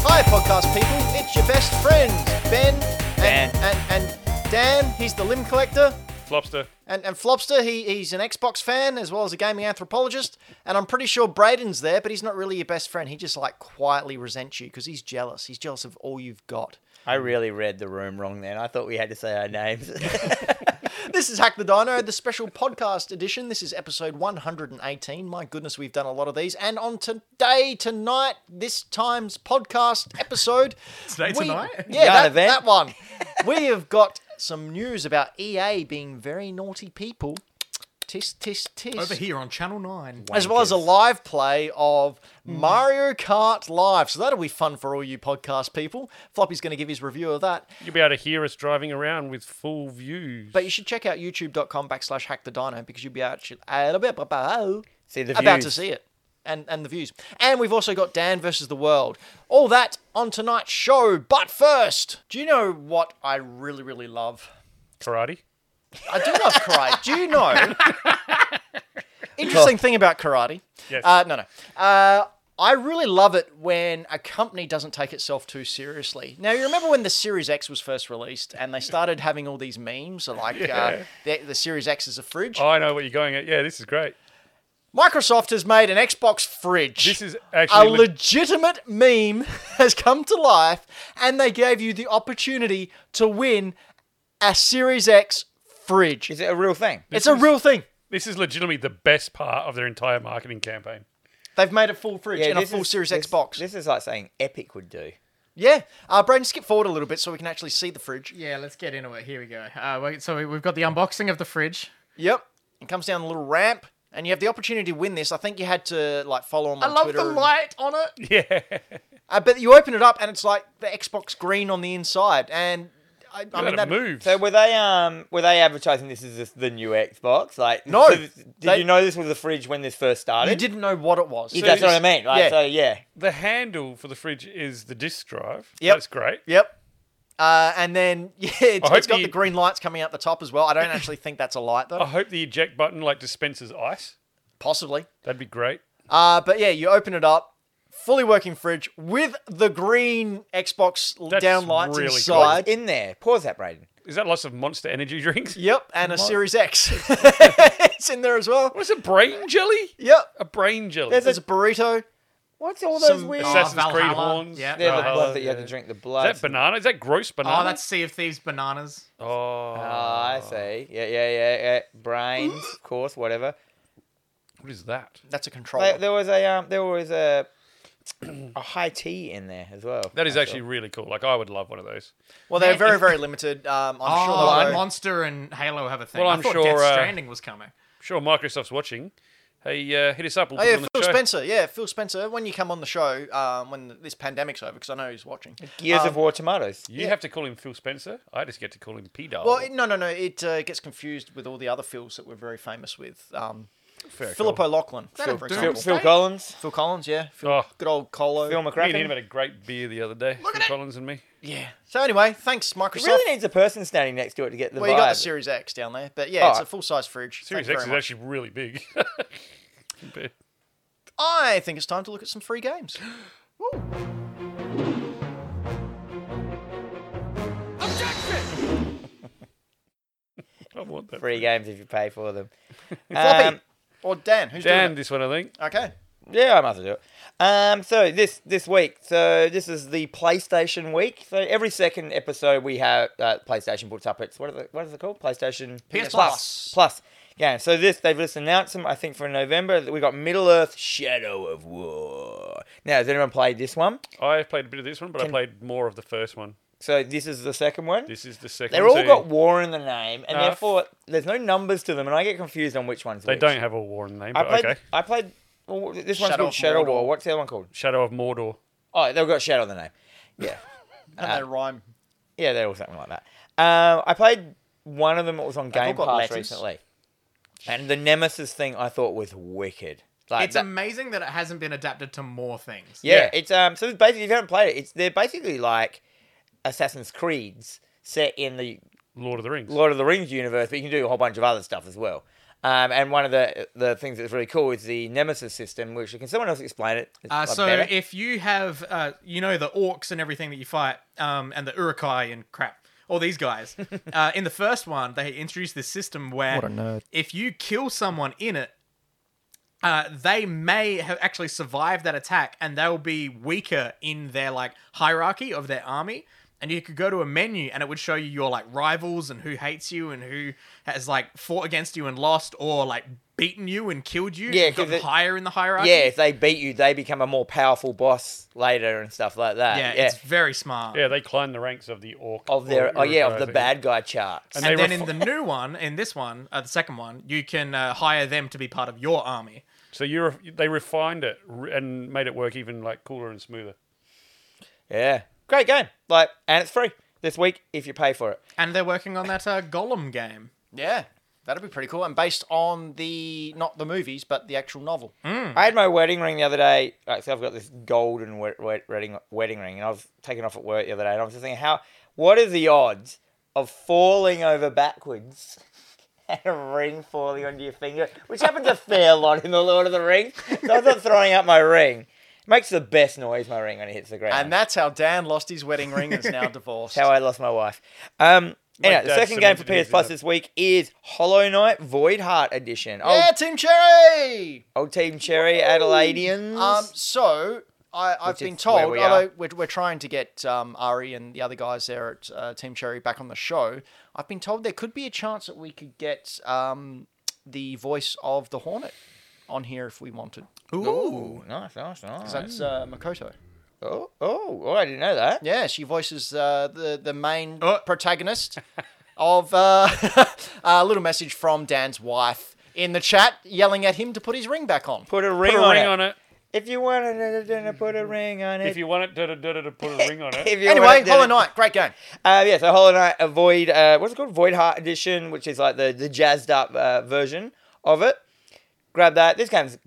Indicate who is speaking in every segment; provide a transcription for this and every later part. Speaker 1: podcast, people. It's your best friends, Ben
Speaker 2: Dan.
Speaker 1: and, and, and Dan. He's the limb collector.
Speaker 3: Flopster.
Speaker 1: And, and Flopster, he, he's an Xbox fan as well as a gaming anthropologist. And I'm pretty sure Braden's there, but he's not really your best friend. He just like quietly resents you because he's jealous. He's jealous of all you've got.
Speaker 2: I really read the room wrong then. I thought we had to say our names.
Speaker 1: This is Hack the Dino, the special podcast edition. This is episode 118. My goodness, we've done a lot of these. And on today, tonight, this time's podcast episode.
Speaker 3: Today, tonight?
Speaker 1: Yeah,
Speaker 2: Yarn
Speaker 1: that,
Speaker 2: event.
Speaker 1: that one. we have got some news about EA being very naughty people. Tis, tis, tis.
Speaker 4: Over here on Channel 9.
Speaker 1: As well as a live play of Mario Kart Live. So that'll be fun for all you podcast people. Floppy's going to give his review of that.
Speaker 3: You'll be able to hear us driving around with full views.
Speaker 1: But you should check out youtube.com backslash hack the dino because you'll be actually a bit about
Speaker 2: See the
Speaker 1: to
Speaker 2: views.
Speaker 1: see it. And, and the views. And we've also got Dan versus the world. All that on tonight's show. But first, do you know what I really, really love?
Speaker 3: Karate.
Speaker 1: I do love karate. Do you know? Interesting thing about karate.
Speaker 3: Yes.
Speaker 1: Uh, no, no. Uh, I really love it when a company doesn't take itself too seriously. Now, you remember when the Series X was first released and they started having all these memes like uh, the, the Series X is a fridge?
Speaker 3: I know what you're going at. Yeah, this is great.
Speaker 1: Microsoft has made an Xbox fridge.
Speaker 3: This is
Speaker 1: a
Speaker 3: actually le-
Speaker 1: legitimate meme has come to life, and they gave you the opportunity to win a Series X fridge.
Speaker 2: Is it a real thing?
Speaker 1: It's a real thing.
Speaker 3: this is legitimately the best part of their entire marketing campaign.
Speaker 1: They've made a full fridge and a
Speaker 2: this
Speaker 1: full
Speaker 2: is-
Speaker 1: Series
Speaker 2: this-
Speaker 1: X box.
Speaker 2: This is like saying Epic would do.
Speaker 1: Yeah. Uh, Braden, skip forward a little bit so we can actually see the fridge.
Speaker 4: Yeah, let's get into it. Here we go. Uh, wait, so we- we've got the unboxing of the fridge.
Speaker 1: Yep. It comes down the little ramp, and you have the opportunity to win this. I think you had to like follow them on
Speaker 4: I love
Speaker 1: Twitter.
Speaker 4: the
Speaker 1: and-
Speaker 4: light on it.
Speaker 3: Yeah.
Speaker 1: Uh, but you open it up, and it's like the Xbox green on the inside, and I, I
Speaker 3: I
Speaker 1: mean
Speaker 3: mean,
Speaker 1: that.
Speaker 3: moves.
Speaker 2: So were they um were they advertising this is just the new Xbox? Like
Speaker 1: No,
Speaker 2: so th- did
Speaker 1: they-
Speaker 2: you know this was the fridge when this first started?
Speaker 1: You didn't know what it was.
Speaker 2: Yeah, that's what I mean. Like,
Speaker 1: yeah.
Speaker 2: So yeah,
Speaker 3: the handle for the fridge is the disk drive.
Speaker 1: Yep.
Speaker 3: That's great.
Speaker 1: Yep. Uh, and then yeah, it's,
Speaker 3: hope
Speaker 1: it's got
Speaker 3: you- Oh.
Speaker 1: the green lights coming out the top as well. I don't actually think that's a light though.
Speaker 3: I hope the eject button like dispenses ice.
Speaker 1: Possibly.
Speaker 3: That'd be great.
Speaker 1: Uh, but yeah, you open it up, fully working fridge with the green Xbox l-
Speaker 3: That's
Speaker 1: down lights
Speaker 3: really cool.
Speaker 1: inside.
Speaker 2: in there. Pause that, Braden.
Speaker 3: Is that lots of monster energy drinks?
Speaker 1: Yep, and a Series X. it's in there as well.
Speaker 3: What is it? Brain jelly?
Speaker 1: Yep.
Speaker 3: A brain jelly.
Speaker 2: There's
Speaker 1: There's a burrito.
Speaker 2: What's all
Speaker 1: Some-
Speaker 2: those weird?
Speaker 4: Assassin-
Speaker 3: Assassin's Creed
Speaker 4: Oh, Valhalla.
Speaker 3: horns.
Speaker 4: Yeah.
Speaker 2: They're the
Speaker 3: Valhalla.
Speaker 2: blood that you have to drink the blood.
Speaker 3: Oh, Is that banana? Is that gross banana?
Speaker 4: Oh, that's Sea of Thieves bananas.
Speaker 3: Oh,
Speaker 2: Oh, I see. Yeah, yeah, yeah, yeah. Brains, of course, whatever.
Speaker 3: what is that?
Speaker 1: That's a controller.
Speaker 2: Like, there was a um, there was a a high tea in there as well.
Speaker 3: That is
Speaker 2: I
Speaker 3: actually really cool. Like I would love one of those.
Speaker 1: well, they're
Speaker 4: Yeah,
Speaker 1: very,
Speaker 4: if-
Speaker 1: very limited. Um, I'm
Speaker 4: Oh,
Speaker 1: sure they'll go-
Speaker 4: Monster and Halo have a thing.
Speaker 3: Well,
Speaker 4: I
Speaker 3: I'm
Speaker 4: thought
Speaker 3: sure,
Speaker 4: Death
Speaker 3: uh,
Speaker 4: Stranding was coming.
Speaker 3: Sure, Microsoft's watching. Hey, uh, hit us up. We'll
Speaker 1: Oh
Speaker 3: put it
Speaker 1: yeah,
Speaker 3: on the
Speaker 1: Phil
Speaker 3: show.
Speaker 1: Spencer. Yeah, Phil Spencer. When you come on the show, um, when this pandemic's over, because I know he's watching.
Speaker 2: thought. Gears of War tomatoes.
Speaker 3: You have to call him Phil Spencer. I just get to call him P Dog.
Speaker 1: Well, it, no, no, no. It uh, gets confused with all the other Phils that we're very famous with. Um,
Speaker 3: Fair
Speaker 1: Philip O'Loughlin,
Speaker 4: That'll
Speaker 1: for
Speaker 4: do.
Speaker 1: example.
Speaker 2: Phil,
Speaker 1: Phil,
Speaker 2: Phil Collins.
Speaker 1: Collins, yeah. Phil,
Speaker 3: Oh,
Speaker 1: good old Colo.
Speaker 2: Phil
Speaker 3: me and him
Speaker 2: McCracken.
Speaker 3: had a great beer the other day. Phil Collins and me.
Speaker 1: Yeah. So anyway, thanks Microsoft.
Speaker 2: It really needs a person standing next to it to get the
Speaker 1: well,
Speaker 2: vibe.
Speaker 1: you got the Series X down there, but yeah, it's
Speaker 2: Oh.
Speaker 1: a full size fridge. Thank
Speaker 3: Series
Speaker 1: you
Speaker 3: X is
Speaker 1: very much.
Speaker 3: actually really big.
Speaker 1: I think it's time to look at some free games.
Speaker 3: I want that.
Speaker 2: Free games if you pay for them.
Speaker 1: Floppy
Speaker 2: Um,
Speaker 1: or Dan, who's
Speaker 3: Dan,
Speaker 1: doing
Speaker 3: this one I think.
Speaker 1: it? Okay.
Speaker 2: Yeah, I might as well do it. Um, so this this week, so this is the PlayStation week. So every second episode, we have uh, PlayStation puts up its what is it, what is it called? PlayStation
Speaker 4: PS
Speaker 2: Plus
Speaker 4: Plus.
Speaker 2: Plus. Yeah, so this they've just announced them. I think for November we got Middle Earth: Shadow of War. Now, has anyone played this one?
Speaker 3: I played a bit of this one, but I
Speaker 2: Can-
Speaker 3: played more of the first one.
Speaker 2: So this is the second one.
Speaker 3: This is the second.
Speaker 2: They're all
Speaker 3: so
Speaker 2: got war in the name, and
Speaker 3: Uh,
Speaker 2: therefore there's no numbers to them, and I get confused on which ones.
Speaker 3: They
Speaker 2: which.
Speaker 3: don't have a war in the name.
Speaker 2: I
Speaker 3: But
Speaker 2: played.
Speaker 3: okay.
Speaker 2: I played. Well, this one's
Speaker 1: Shadow
Speaker 2: called
Speaker 1: of
Speaker 2: Shadow
Speaker 1: Mordor.
Speaker 2: War. What's the other one called?
Speaker 3: Shadow of Mordor.
Speaker 2: Oh, they've got Shadow in the name. Yeah.
Speaker 1: And
Speaker 2: Ah.
Speaker 1: they rhyme.
Speaker 2: Yeah, they're all something like that. Um, I played one of them that was on Game
Speaker 1: got
Speaker 2: Pass
Speaker 1: letters.
Speaker 2: recently, and the Nemesis thing I thought was wicked. Like
Speaker 4: It's
Speaker 2: that-
Speaker 4: amazing that it hasn't been adapted to more things.
Speaker 2: yeah,
Speaker 3: yeah.
Speaker 2: it's um. So it's basically, if you haven't played it, it's they're basically like Assassin's Creeds set in the
Speaker 3: Lord of the Rings.
Speaker 2: Lord of the Rings universe, but you can do a whole bunch of other stuff as well. Um, and one of the the things that's really cool is the Nemesis system, which can someone else explain it? It's
Speaker 4: Uh,
Speaker 2: like
Speaker 4: so
Speaker 2: better.
Speaker 4: if you have, uh, you know, the orcs and everything that you fight, um, and the urukai and crap, all these guys. uh, in the first one, they introduced this system where
Speaker 1: What a nerd.
Speaker 4: if you kill someone in it, uh, they may have actually survived that attack, and they'll be weaker in their like hierarchy of their army. And you could go to a menu, and it would show you your like rivals and who hates you and who has like fought against you and lost, or like beaten you and killed you.
Speaker 2: Yeah,
Speaker 4: and
Speaker 2: 'cause
Speaker 4: gotten
Speaker 2: it-
Speaker 4: higher in the hierarchy.
Speaker 2: yeah, if they beat you, they become a more powerful boss later and stuff like that.
Speaker 4: yeah,
Speaker 2: Uh, Yeah,
Speaker 4: it's very smart.
Speaker 3: Yeah, they climb the ranks of the orc.
Speaker 2: of their oh
Speaker 3: or
Speaker 2: yeah of
Speaker 3: Uruk-hai,
Speaker 2: the
Speaker 3: I think.
Speaker 2: bad guy chart.
Speaker 3: And
Speaker 4: And
Speaker 3: they
Speaker 4: then
Speaker 3: refi-
Speaker 4: in the new one, in this one, uh, the second one, you can uh, hire them to be part of your army.
Speaker 3: So you ref- they refined it re- and made it work even like cooler and smoother.
Speaker 2: yeah, great game. Like, and it's free this week if you pay for it.
Speaker 4: And they're working on that uh, Golem game.
Speaker 1: Yeah, that'd be pretty cool. And based on the not the movies, but the actual novel.
Speaker 2: I had my wedding ring the other day. Like, so I've got this golden wed- wed- wedding wedding ring, and I was taking off at work the other day, and I was just thinking, how what are the odds of falling over backwards? And a ring falling onto your finger, which happens a fair lot in The Lord of the Rings. So I thought throwing out my ring It makes the best noise my ring when it hits the ground.
Speaker 1: And that's how Dan lost his wedding ring and is now divorced.
Speaker 2: how I lost my wife. Um, anyway, the
Speaker 3: dad's
Speaker 2: second game for
Speaker 3: cemented his
Speaker 2: PS Plus
Speaker 3: in it.
Speaker 2: this week is Hollow Knight Void Heart Edition.
Speaker 1: yeah,
Speaker 2: Old,
Speaker 1: Team Cherry.
Speaker 2: old Team Cherry, Adelaideans.
Speaker 1: Um, so I, I've
Speaker 2: Which
Speaker 1: been
Speaker 2: is where
Speaker 1: told,
Speaker 2: we are.
Speaker 1: although we're, we're trying to get um, Ari and the other guys there at uh, Team Cherry back on the show, I've been told there could be a chance that we could get um, the voice of the Hornet on here if we wanted.
Speaker 4: Ooh.
Speaker 2: Ooh, nice, nice, nice.
Speaker 1: That's uh, Makoto.
Speaker 2: Oh, oh, oh, I didn't know that.
Speaker 1: Yeah, she voices uh, the the main
Speaker 4: Oh.
Speaker 1: protagonist of uh, a little message from Dan's wife in the chat, yelling at him to put his ring back on.
Speaker 2: Put a ring,
Speaker 3: Put a
Speaker 2: on,
Speaker 3: ring
Speaker 2: it.
Speaker 3: on it.
Speaker 2: If you want it, then put a ring on it.
Speaker 3: If you want it, da da da da, put a ring on it.
Speaker 2: If you want
Speaker 1: Anyway,
Speaker 2: it, da-
Speaker 1: Hollow Knight, great game.
Speaker 2: Uh, yeah, so Hollow Knight Avoid, uh, what's it called? Void Heart Edition, which is like the, the jazzed up uh, version of it. Grab that. This game's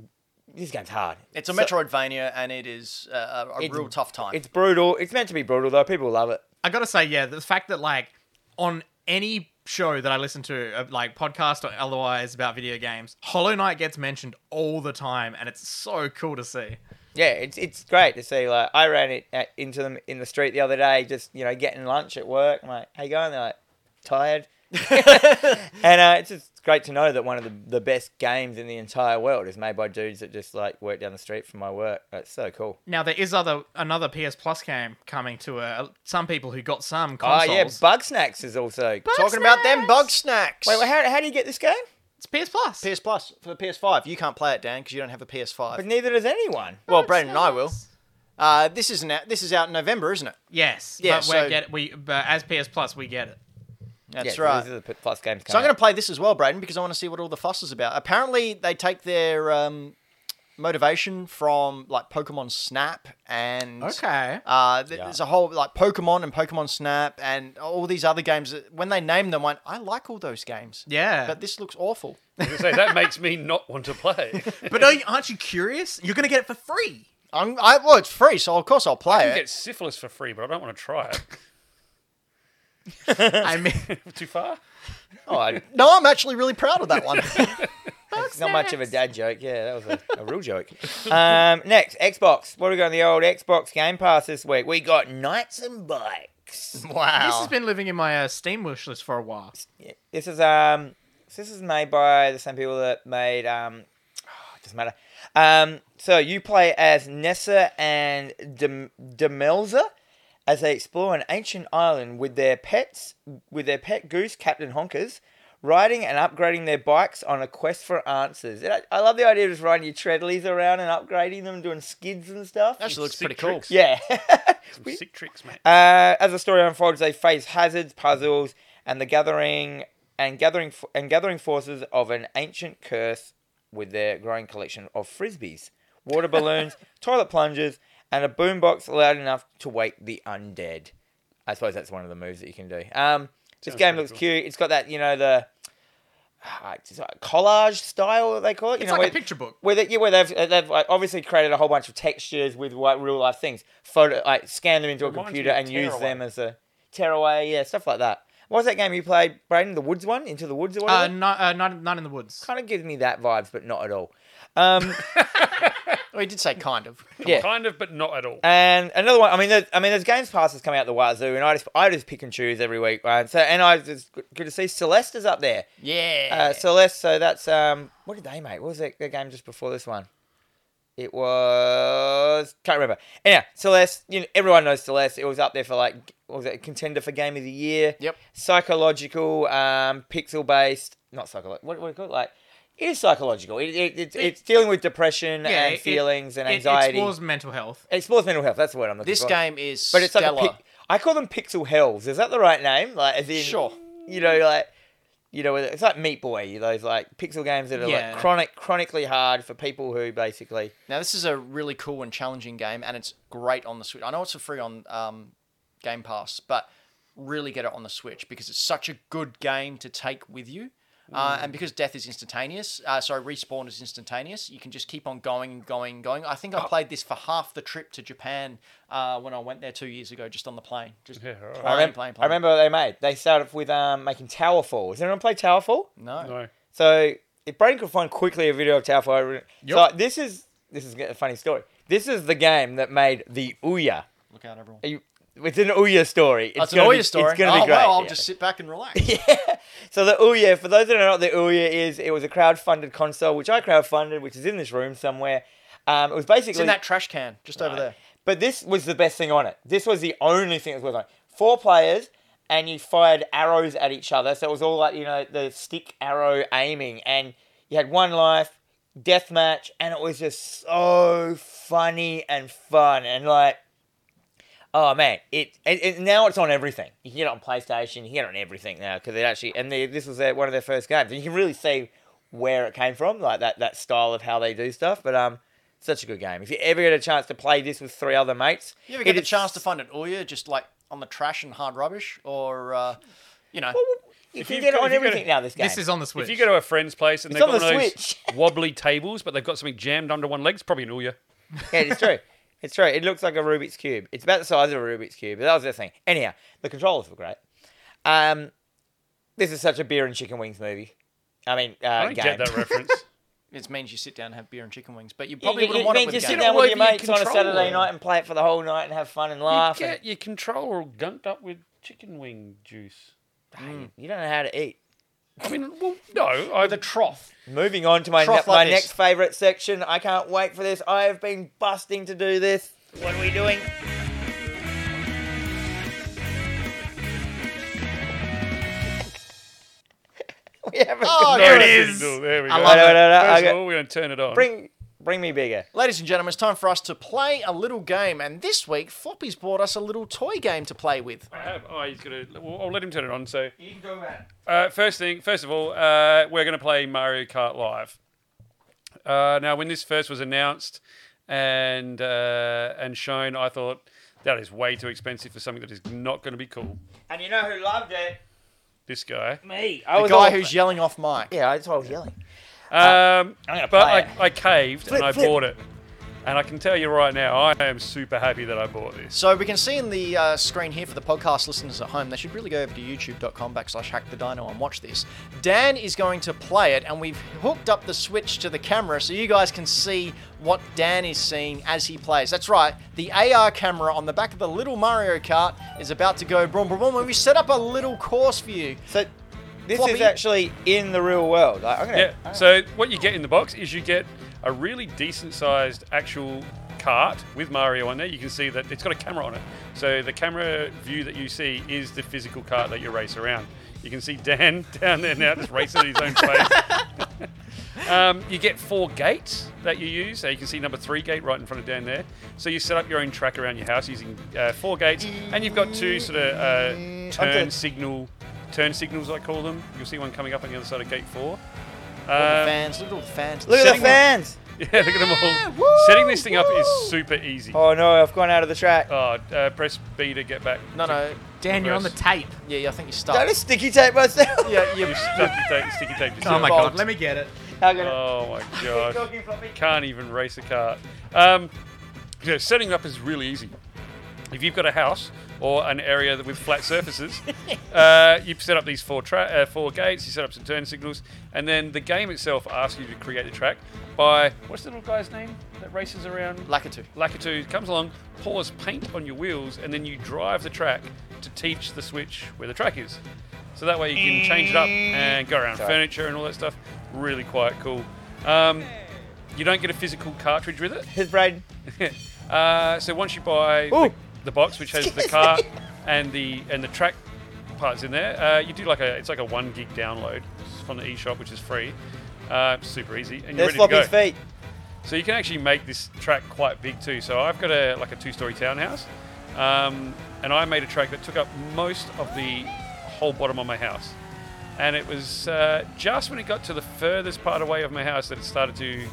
Speaker 2: this game's hard.
Speaker 1: It's a
Speaker 2: So-
Speaker 1: Metroidvania, and it is uh, a, a
Speaker 2: It's-
Speaker 1: real tough time.
Speaker 2: It's brutal. It's meant to be brutal though. People love it.
Speaker 4: I gotta say, yeah, the fact that like on any show that I listen to, uh, like podcast or otherwise about video games, Hollow Knight gets mentioned all the time, and it's so cool to see.
Speaker 2: Yeah, it's it's great to see. Like I ran it at, into them in the street the other day, just you know getting lunch at work. I'm like, how you going? They're like, tired. and uh, it's just great to know that one of the, the best games in the entire world is made by dudes that just like work down the street from my work. It's so cool.
Speaker 4: Now there is other another PS Plus game coming to uh, some people who got some
Speaker 2: Oh
Speaker 4: consoles.
Speaker 2: yeah, Bug Snacks is also.
Speaker 1: Talking about them bug snacks.
Speaker 2: Wait, wait, how, how do you get this game?
Speaker 4: It's PS Plus.
Speaker 1: PS Plus for the PS5. You can't play it, Dan, because you don't have a
Speaker 2: But
Speaker 1: PS5.
Speaker 2: neither does anyone.
Speaker 1: Well, Braden and I will. Uh, this is out, this is out in November, isn't it?
Speaker 4: Yes.
Speaker 1: Yeah,
Speaker 4: But we're
Speaker 1: so-
Speaker 4: get we but as PS Plus we get it.
Speaker 2: Yeah,
Speaker 1: That's
Speaker 2: so
Speaker 1: right.
Speaker 2: These are the p- plus games.
Speaker 1: So I'm
Speaker 2: coming
Speaker 1: going to play this as well, Braden, because I want to see what all the fuss is about. Apparently, they take their um, motivation from like Pokemon Snap and
Speaker 4: Okay.
Speaker 1: Uh, th- There's a whole like Pokemon and Pokemon Snap and all these other games. that- When they name them, I went, I like all those games.
Speaker 4: Yeah.
Speaker 1: but this looks awful.
Speaker 3: I was gonna say, that makes me not want to play.
Speaker 4: But are you, aren't you curious? You're gonna get it for free.
Speaker 1: I'm, I, well, it's free, so of course I'll
Speaker 3: I
Speaker 1: play
Speaker 3: can
Speaker 1: it.
Speaker 3: get syphilis for free, but I don't want to try it.
Speaker 4: I mean,
Speaker 3: Too far?
Speaker 2: out. Oh,
Speaker 1: No, I'm actually really proud of that one.
Speaker 2: It's not much of a dad joke. Yeah, that was a, a real joke. Um, next, Xbox. What are we got on the old Xbox Game Pass this week? We got Knights and Bikes.
Speaker 1: wow.
Speaker 4: this has been living in my uh, Steam wish list for a while.
Speaker 2: Yeah, This is um, so this is made by the same people that made um, it doesn't matter. Um, so you play as Nessa and Dem- Demelza as they explore an ancient island with their pets, with their pet goose, Captain Honkers, riding and upgrading their bikes on a quest for answers. And I, I love the idea of just riding your treadleys around and upgrading them, doing skids and stuff.
Speaker 1: actually looks
Speaker 3: Sick
Speaker 1: pretty cool.
Speaker 3: tricks.
Speaker 2: yeah.
Speaker 3: Some
Speaker 2: We-
Speaker 3: sick tricks, mate.
Speaker 2: uh, as the story unfolds, they face hazards, puzzles, and the gathering and gathering f- and gathering forces of an ancient curse with their growing collection of frisbees, water balloons, toilet plungers, and a boombox loud enough to wake the undead. I suppose that's one of the moves that you can do. Um, this
Speaker 3: Sounds
Speaker 2: game
Speaker 3: pretty
Speaker 2: looks
Speaker 3: cool.
Speaker 2: cute. It's got that you know the ah, it's like collage style that they call it. You
Speaker 4: It's
Speaker 2: know,
Speaker 4: like a
Speaker 2: where-
Speaker 4: picture book.
Speaker 2: where they, yeah, where they've uh, they've like, obviously created a whole bunch of textures with like real life things, photo like scan them into a
Speaker 3: Reminds me
Speaker 2: computer
Speaker 3: of
Speaker 2: and use
Speaker 3: Tearaway.
Speaker 2: them as a tearaway, yeah, stuff like that. What was that game you played, Braden? The Woods one? Into the Woods or whatever?
Speaker 4: Uh, not, uh, not, not in the woods.
Speaker 2: kind of gives me that vibes, but not at all. Um,
Speaker 1: Well, he did say kind of.
Speaker 2: yeah. Uh,
Speaker 3: Kind of, but not at all.
Speaker 2: And another one. I mean, there's, I mean, there's games passes coming out the wazoo, and I just, I just pick and choose every week. Right? So, and I it's good good to see Celeste is up there.
Speaker 1: Yeah.
Speaker 2: Uh, Celeste. So that's um, what did they make? What was that, the game just before this one? It was can't remember. Anyhow, Celeste. You know, everyone knows Celeste. It was up there for like what was it contender for game of the year.
Speaker 1: Yep.
Speaker 2: Psychological, um, pixel based. Not psychological. What, what do you call it? Like. It is psychological. It, it, it's it's dealing with depression and
Speaker 4: it-
Speaker 2: feelings and
Speaker 4: it
Speaker 2: anxiety.
Speaker 4: explores mental health.
Speaker 2: It explores mental health. That's the word I'm looking
Speaker 1: this
Speaker 2: for.
Speaker 1: game is
Speaker 2: but it's like
Speaker 1: stellar.
Speaker 2: a pic- I call them pixel hells. Is that the right name? Like, as in,
Speaker 1: Sure.
Speaker 2: You know, like, you know, it's like Meat Boy. Those like pixel games that are
Speaker 4: Yeah.
Speaker 2: like chronic, chronically hard for people who basically.
Speaker 1: Now this is a really cool and challenging game, and it's great on the Switch. I know it's a free on um, Game Pass, but really get it on the Switch because it's such a good game to take with you, uh, and because death is instantaneous. Uh, sorry, respawn is instantaneous. You can just keep on going and going and going. I think I played this for half the trip to Japan uh, when I went there two years ago, just on the plane, just
Speaker 3: Yeah,
Speaker 1: playing,
Speaker 3: right.
Speaker 2: I, remember,
Speaker 1: Oh, playing, playing.
Speaker 2: I remember what they made. They started with um, making Towerfall. Does anyone play Towerfall?
Speaker 1: No.
Speaker 3: No.
Speaker 2: So if Braden could find quickly a video of Towerfall, I would-
Speaker 4: Yep.
Speaker 2: so this is this is a funny story. This is the game that made the Ouya.
Speaker 1: look out, everyone.
Speaker 2: Are you- It's an Ouya story. It's
Speaker 1: That's an
Speaker 2: gonna be-
Speaker 1: Ouya story.
Speaker 2: It's gonna
Speaker 1: oh
Speaker 2: be great.
Speaker 1: well, I'll
Speaker 2: yeah.
Speaker 1: just sit back and relax.
Speaker 2: So the Ouya, for those that don't know what the Ouya is, it was a crowdfunded console, which I crowdfunded, which is in this room somewhere. Um, it was basically
Speaker 1: It's in that trash can just over there.
Speaker 2: But this was the best thing on it. This was the only thing that was worth on it. Four players, and you fired arrows at each other. So it was all like, you know, the stick arrow aiming. And you had one life, deathmatch, and it was just so funny and fun. And like, oh man, it, it, it- now it's on everything. You can get it on PlayStation, you can get it on everything now because it actually, and they, this was their, one of their first games. And you can really see where it came from, like that, that style of how they do stuff. But, um, such a good game. If you ever get a chance to play this with three other mates,
Speaker 1: You ever get
Speaker 2: it
Speaker 1: the
Speaker 2: is-
Speaker 1: chance to find an Ouya just like on the trash and hard rubbish, or uh, you know,
Speaker 2: You
Speaker 3: If
Speaker 2: can
Speaker 3: you've
Speaker 2: get it
Speaker 3: got-
Speaker 2: on
Speaker 3: if you've got
Speaker 2: everything
Speaker 3: a-
Speaker 2: now. This game.
Speaker 4: This is on the Switch.
Speaker 3: If you go to a friend's place and
Speaker 2: It's
Speaker 3: they've
Speaker 2: on
Speaker 3: got
Speaker 2: the
Speaker 3: one of those
Speaker 2: Switch.
Speaker 3: wobbly tables, but they've got something jammed under one leg, it's probably an Ouya.
Speaker 2: Yeah, it's true. It's true. It looks like a Rubik's cube. It's about the size of a Rubik's cube. But that was the thing. Anyhow, the controllers were great. Um, this is such a beer and chicken wings movie. I mean, uh,
Speaker 3: I don't
Speaker 2: game.
Speaker 3: get that reference.
Speaker 1: it means you sit down and have beer and chicken wings. But you
Speaker 2: You,
Speaker 1: probably
Speaker 2: you,
Speaker 1: wouldn't
Speaker 2: you
Speaker 1: want
Speaker 2: mean
Speaker 1: it with
Speaker 2: just
Speaker 1: a
Speaker 2: sit
Speaker 1: game.
Speaker 2: down
Speaker 3: Well,
Speaker 2: with your
Speaker 3: you
Speaker 2: mates on a
Speaker 3: control
Speaker 2: Saturday
Speaker 3: it.
Speaker 2: night and play it for the whole night and have fun and
Speaker 3: you
Speaker 2: laugh. and-
Speaker 3: get your controller all gunked up with chicken wing juice.
Speaker 2: mm, you don't know how to eat.
Speaker 3: I mean, well, no. I,
Speaker 1: the trough.
Speaker 2: Moving on to my, ne-
Speaker 1: Trough
Speaker 2: my
Speaker 1: like this.
Speaker 2: next favourite section. I can't wait for this. I have been busting to do this. What are we doing? we have a
Speaker 1: Oh,
Speaker 3: there
Speaker 1: there it
Speaker 3: it
Speaker 1: is.
Speaker 3: is. There we go.
Speaker 1: I love
Speaker 2: it. No, no, no,
Speaker 3: First
Speaker 2: I
Speaker 3: of
Speaker 2: got-
Speaker 3: all, we're going to turn it on.
Speaker 2: Bring, bring me bigger.
Speaker 1: Ladies and gentlemen, it's time for us to play a little game, and this week Floppy's brought us a little toy game to play with.
Speaker 3: I have. Oh, he's gonna. Well, I'll let him turn it on. So,
Speaker 2: You can go back.
Speaker 3: uh, first thing, first of all, uh, we're gonna play Mario Kart Live. Uh, now, when this first was announced and uh, and shown, I thought that is way too expensive for something that is not going to be cool.
Speaker 2: And you know who loved it?
Speaker 3: This guy.
Speaker 2: Me.
Speaker 1: The guy who's yelling off mic.
Speaker 2: Yeah, that's why I was yelling.
Speaker 3: Um,
Speaker 2: I'm gonna
Speaker 3: but
Speaker 2: play
Speaker 3: I,
Speaker 2: it.
Speaker 3: I caved
Speaker 2: Flip,
Speaker 3: and I
Speaker 2: flip.
Speaker 3: bought it, and I can tell you right now, I am super happy that I bought this.
Speaker 1: So we can see in the uh, screen here for the podcast listeners at home, they should really go over to youtube.com backslash hack the dino and watch this. Dan is going to play it, and we've hooked up the switch to the camera so you guys can see what Dan is seeing as he plays. That's right, the AR camera on the back of the little Mario Kart is about to go boom, boom, boom, and we set up a little course for you.
Speaker 2: So, this is
Speaker 1: Floppy.
Speaker 2: actually in the real world. Like, I'm gonna,
Speaker 3: Yeah. So what you get in the box is you get a really decent sized actual cart with Mario on there. You can see that it's got a camera on it. So the camera view that you see is the physical cart that you race around. You can see Dan down there now just racing at his own pace. um, you get four gates that you use. So you can see number three gate right in front of Dan there. So you set up your own track around your house using uh, four gates, and you've got two sort of uh, turn
Speaker 2: Okay.
Speaker 3: signal, turn signals I call them. You'll see one coming up on the other side of gate four.
Speaker 1: Look at the
Speaker 3: Um,
Speaker 1: fans, look at all the fans.
Speaker 2: Look at the
Speaker 3: Setting one-
Speaker 2: fans.
Speaker 3: yeah, look at them all.
Speaker 1: woo,
Speaker 3: Setting this thing up is
Speaker 1: woo.
Speaker 3: super easy. Oh,
Speaker 2: Oh no, I've gone out of the track.
Speaker 3: uh, press B to get back.
Speaker 1: No, no,
Speaker 4: Dan, you're on the
Speaker 3: Reverse.
Speaker 4: tape.
Speaker 1: yeah, yeah, I think you're
Speaker 2: Don't
Speaker 1: stuck.
Speaker 2: just sticky tape myself.
Speaker 1: Yeah, you
Speaker 3: You stuck your tape, sticky tape. to
Speaker 4: Oh my
Speaker 3: yourself.
Speaker 4: god, let me get it.
Speaker 2: How good.
Speaker 3: Oh my god.
Speaker 2: Talking floppy.
Speaker 3: Can't even race a cart. Um, yeah, setting up is really easy. If you've got a house, or an area that- with flat surfaces. uh, you set up these four tra- uh, four gates. You set up some turn signals, and then the game itself asks you to create a track by what's the little guy's name that races around?
Speaker 1: Lakitu.
Speaker 3: Lakitu comes along, pours paint on your wheels, and then you drive the track to teach the Switch where the track is. So that way you can change it up and go around
Speaker 2: Sorry.
Speaker 3: furniture and all that stuff. Really quite cool. Um, you don't get a physical cartridge with it.
Speaker 2: His brain.
Speaker 3: Uh, so once you buy the,
Speaker 2: Ooh.
Speaker 3: the box, which has the car and the and the track parts in there, uh, you do like a it's like a one gig download from the eShop, which is free, uh, super easy, and you're
Speaker 2: There's
Speaker 3: ready to go.
Speaker 2: Floppy's feet.
Speaker 3: So you can actually make this track quite big too. So I've got a like a two-story townhouse, um, and I made a track that took up most of the whole bottom of my house. And it was uh, just when it got to the furthest part away of my house that it started to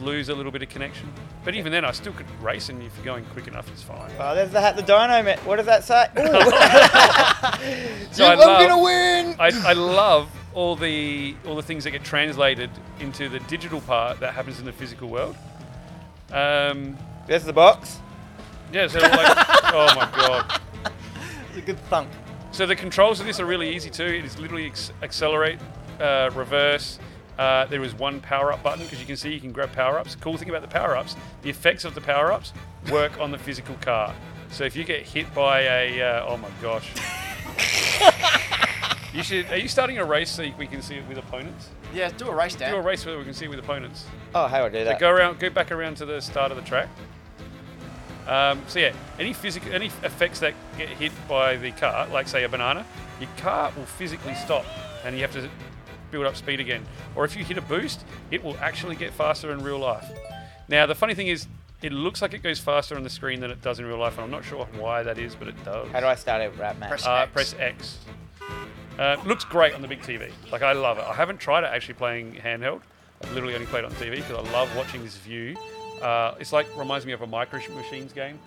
Speaker 3: lose a little bit of connection. But even then, I still could race, and if you're going quick enough, it's fine.
Speaker 2: Oh, there's the hat, the dino met. What does that say? Ooh.
Speaker 3: So I
Speaker 2: I'm gonna win.
Speaker 3: I, I love all the all the things that get translated into the digital part that happens in the physical world. Um,
Speaker 2: There's the box.
Speaker 3: yeah, so like, oh my god.
Speaker 1: It's a good thunk.
Speaker 3: So the controls of this are really easy too. It is literally ex- accelerate, uh, reverse. Uh, there is one power up button because you can see you can grab power ups. Cool thing about the power ups, the effects of the power ups work on the physical car. So if you get hit by a, uh, oh my gosh, you should. Are you starting a race so we can see it with opponents?
Speaker 1: Yeah, do a race, Dan.
Speaker 3: Do a race where we can see it with opponents.
Speaker 2: Oh, how do I do that?
Speaker 3: Go around, go back around to the start of the track. Um, so yeah, any physical, any effects that get hit by the car, like say a banana, your car will physically stop, and you have to build up speed again. Or if you hit a boost, it will actually get faster in real life. Now the funny thing is, it looks like it goes faster on the screen than it does in real life, and I'm not sure why that is, but it does.
Speaker 2: How do I start a rap match?
Speaker 1: Press-
Speaker 3: Uh,
Speaker 1: X?
Speaker 3: press X. Uh, looks great on the big TV. Like I love it. I haven't tried it actually playing handheld. I've literally only played it on TV because I love watching this view. Uh, it's like reminds me of a micro machines game.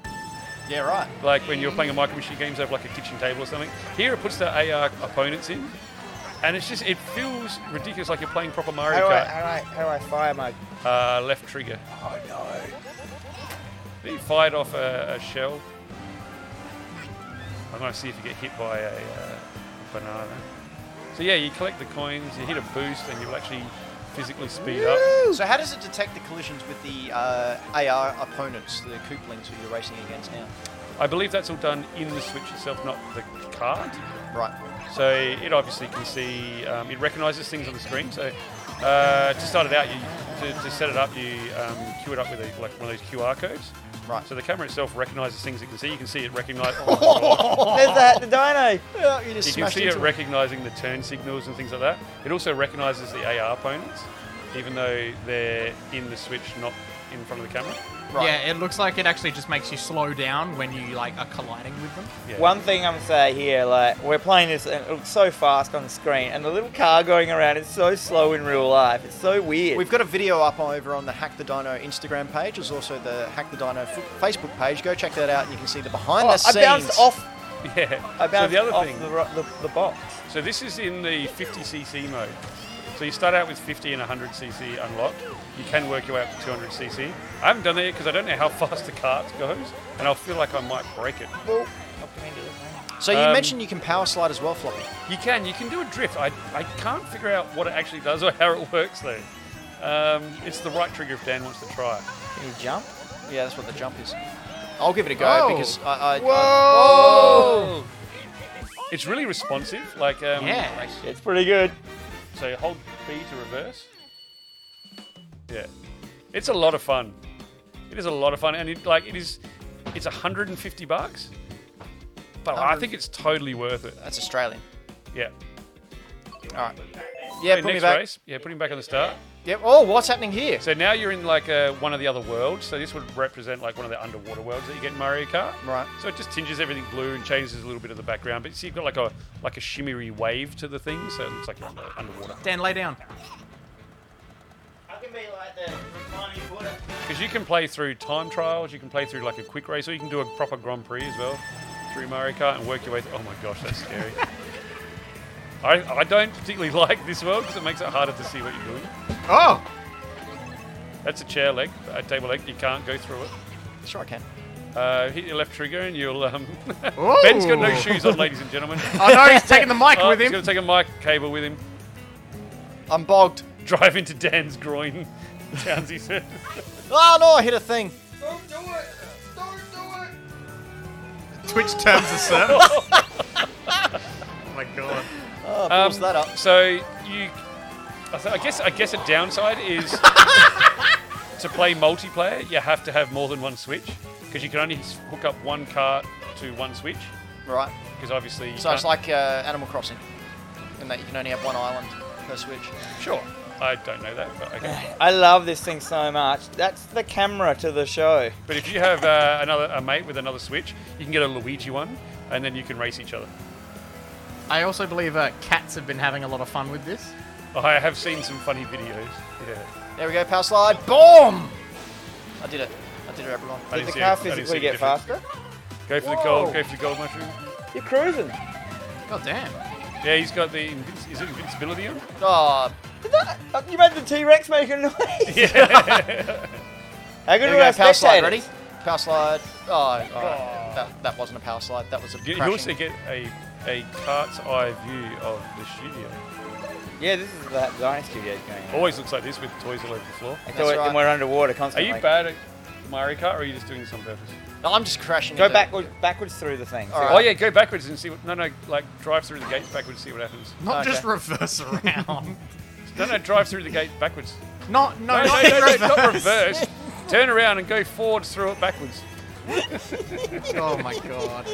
Speaker 1: Yeah, right.
Speaker 3: Like when you're playing a micro machine games over like a kitchen table or something. Here it puts the AR opponents in, and it's just it feels ridiculous like you're playing proper
Speaker 2: How do
Speaker 3: Mario
Speaker 2: I,
Speaker 3: Kart.
Speaker 2: how do I, how do I fire my?
Speaker 3: Uh, left trigger.
Speaker 2: Oh no.
Speaker 3: He fired off a, a shell. I'm going to see if you get hit by a uh, banana. So yeah, you collect the coins, you hit a boost, and you'll actually physically speed up.
Speaker 1: So, how does it detect the collisions with the uh, AR opponents, the Kooplings who you're racing against now?
Speaker 3: I believe that's all done in the Switch itself, not the card.
Speaker 1: Right.
Speaker 3: So it obviously can see, um, it recognises things on the screen. So uh, to start it out, you to, to set it up, you um, queue it up with a, like one of those QR codes.
Speaker 1: Right.
Speaker 3: So the camera itself recognises things it can see. You can see it recognise. Oh, my God.
Speaker 2: There's the hat, the dino.
Speaker 1: Yeah, you just
Speaker 3: You can
Speaker 1: smashed
Speaker 3: see it
Speaker 1: into
Speaker 3: recognizing the turn signals and things like that. It also recognizes the AR opponents, even though they're in the Switch, not in front of the camera.
Speaker 1: Right.
Speaker 4: Yeah, it looks like it actually just makes you slow down when you like are colliding with them.
Speaker 3: Yeah.
Speaker 2: One thing I'm gonna say here, like we're playing this, and it looks so fast on the screen, and the little car going around is so slow in real life. It's so weird.
Speaker 1: We've got a video up over on the Hack the Dino Instagram page. There's also the Hack the Dino f- Facebook page. Go check that out, and you can see the behind
Speaker 2: oh,
Speaker 1: the
Speaker 2: I
Speaker 1: scenes.
Speaker 2: bounced off.
Speaker 3: Yeah.
Speaker 2: I
Speaker 3: so
Speaker 2: bounced
Speaker 3: the other
Speaker 2: off
Speaker 3: thing.
Speaker 2: the, ro- the, the box.
Speaker 3: So this is in the 50cc mode. So you start out with 50 and 100cc unlocked. You can work your way up to 200cc. I haven't done that yet because I don't know how fast the cart goes, and I feel like I might break it.
Speaker 2: Well,
Speaker 1: So you
Speaker 3: Um,
Speaker 1: mentioned you can power slide as well, Floppy.
Speaker 3: You can, you can do a drift. I, I can't figure out what it actually does or how it works though. Um, it's the right trigger if Dan wants to try it.
Speaker 2: can you jump?
Speaker 1: Yeah, that's what the jump is. I'll give it a go
Speaker 4: Oh.
Speaker 1: because I. I
Speaker 2: Whoa!
Speaker 3: It's really responsive. Like um,
Speaker 4: Yeah.
Speaker 2: It's pretty good.
Speaker 3: So hold B to reverse. Yeah, it's a lot of fun. It is a lot of fun, and it like it is. It's 150 bucks, but I think it's totally worth it.
Speaker 1: that's Australian.
Speaker 3: Yeah.
Speaker 1: All right. Yeah,
Speaker 3: Okay,
Speaker 1: put me
Speaker 3: next
Speaker 1: back.
Speaker 3: race. Yeah, put him back on the start.
Speaker 1: Yep. Oh, what's happening here?
Speaker 3: So now you're in like uh, one of the other worlds. So this would represent like one of the underwater worlds that you get in Mario Kart.
Speaker 1: Right.
Speaker 3: So it just tinges everything blue and changes a little bit of the background. But see, you've got like a like a shimmery wave to the thing, so it looks like you're under- underwater.
Speaker 4: Dan, lay down.
Speaker 2: I can be like the reclining Buddha.
Speaker 3: Because you can play through time trials, you can play through like a quick race, or you can do a proper Grand Prix as well through Mario Kart and work your way through. Oh my gosh, that's scary. I, I don't particularly like this world because it makes it harder to see what you're doing.
Speaker 4: Oh,
Speaker 3: That's a chair leg, a table leg. You can't go through it.
Speaker 1: Sure, I can.
Speaker 3: Uh, hit your left trigger and you'll. Um,
Speaker 4: Ooh.
Speaker 3: Ben's got no shoes on, ladies and gentlemen.
Speaker 4: Oh no, he's taking the mic
Speaker 3: Oh,
Speaker 4: with
Speaker 3: he's
Speaker 4: him.
Speaker 3: going to take a mic cable with him.
Speaker 1: I'm bogged.
Speaker 3: Drive into Dan's groin. Townsy said.
Speaker 1: Oh no, I hit a thing.
Speaker 2: Don't do it! Don't do it!
Speaker 4: Twitch terms of service. oh my god.
Speaker 1: Oh,
Speaker 3: Um,
Speaker 1: pulls that up.
Speaker 3: So you, I, th- I guess, I guess a downside is to play multiplayer, you have to have more than one switch because you can only s- hook up one cart to one switch
Speaker 1: Right.
Speaker 3: because obviously. You
Speaker 1: So it's
Speaker 3: can't-
Speaker 1: like uh, Animal Crossing, in that you can only have one island per Switch.
Speaker 3: sure. I don't know that, but okay.
Speaker 2: I love this thing so much. That's the camera to the show.
Speaker 3: But if you have uh, another a mate with another switch, you can get a Luigi one, and then you can race each other.
Speaker 4: I also believe uh, cats have been having a lot of fun with this.
Speaker 3: Oh, I have seen some funny videos. Yeah.
Speaker 1: There we go, power slide. Boom! I did it. I did it, everyone.
Speaker 3: I
Speaker 2: Did
Speaker 3: didn't
Speaker 2: the
Speaker 3: see
Speaker 2: car
Speaker 3: it- I didn't see
Speaker 2: physically
Speaker 3: the
Speaker 2: get
Speaker 3: difference.
Speaker 2: faster?
Speaker 3: Go for the gold. Go for the gold mushroom.
Speaker 2: You're cruising.
Speaker 4: God damn.
Speaker 3: Yeah, he's got the invinci- is it invincibility on?
Speaker 1: Oh,
Speaker 2: Did that, uh, you made the T Rex make a noise.
Speaker 3: Yeah.
Speaker 2: How good
Speaker 1: there we
Speaker 2: are
Speaker 1: go,
Speaker 2: our
Speaker 1: power slide.
Speaker 2: spectators?
Speaker 1: Ready? Power slide. Oh, alright. That, that wasn't a power slide. That was a
Speaker 3: You, you
Speaker 1: crashing.
Speaker 3: also get a, a cart's eye view of the studio.
Speaker 2: Yeah, this is the Dynasty Studios going on.
Speaker 3: Always looks like this with toys all over the floor.
Speaker 2: I
Speaker 1: That's
Speaker 2: thought
Speaker 1: right.
Speaker 2: and we're underwater
Speaker 3: Are
Speaker 2: constantly.
Speaker 3: you bad at Mario Kart or are you just doing this on purpose?
Speaker 1: No, I'm just crashing.
Speaker 2: Go
Speaker 1: into-
Speaker 2: backwards, backwards through the thing.
Speaker 1: All right.
Speaker 3: Oh yeah, go backwards and see what. No, no, like drive through the gates backwards, see what happens.
Speaker 4: Not
Speaker 1: Okay.
Speaker 4: just reverse around.
Speaker 3: No, no, drive through the gate backwards.
Speaker 4: not no,
Speaker 3: No, no,
Speaker 4: not
Speaker 3: no, no,
Speaker 4: reverse.
Speaker 3: not reverse. Turn around and go forward through it backwards.
Speaker 4: Oh my god.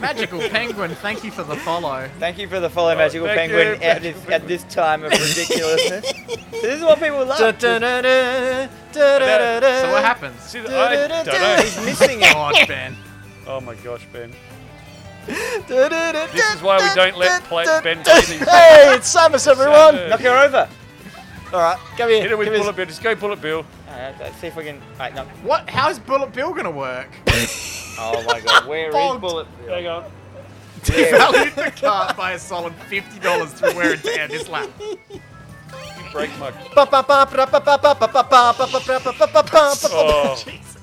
Speaker 4: Magical penguin, thank you for the follow.
Speaker 2: Thank you for the follow, Magical
Speaker 3: thank you,
Speaker 2: Penguin, at,
Speaker 3: Magical
Speaker 2: this, at this time of ridiculousness. this is what people love.
Speaker 1: Da, da, da, da, da, da, da,
Speaker 3: Uh,
Speaker 4: So what
Speaker 1: da.
Speaker 4: happens?
Speaker 3: See, the, I don't know.
Speaker 2: He's missing it.
Speaker 4: God, Ben.
Speaker 3: Oh my gosh, Ben.
Speaker 1: Da, da, da,
Speaker 3: This is why we
Speaker 1: da,
Speaker 3: don't let
Speaker 1: da,
Speaker 3: play,
Speaker 1: da,
Speaker 3: Ben
Speaker 1: da.
Speaker 3: play these.
Speaker 1: Hey, it's Samus, everyone!
Speaker 2: Knock her over.
Speaker 1: All right, come here.
Speaker 3: Hit it with
Speaker 1: give me
Speaker 3: Bullet Bill. Just go Bullet Bill.
Speaker 2: Alright, Uh, let's see if we can. Alright, no.
Speaker 4: What how's Bullet Bill gonna work?
Speaker 2: Oh my god, where is
Speaker 4: Bogged.
Speaker 2: Bullet
Speaker 3: Hang on.
Speaker 2: Bill?
Speaker 4: Valued the cart by a solid fifty dollars to wear it down his lap.
Speaker 3: You break my.
Speaker 1: this.
Speaker 3: Oh.
Speaker 4: Jesus.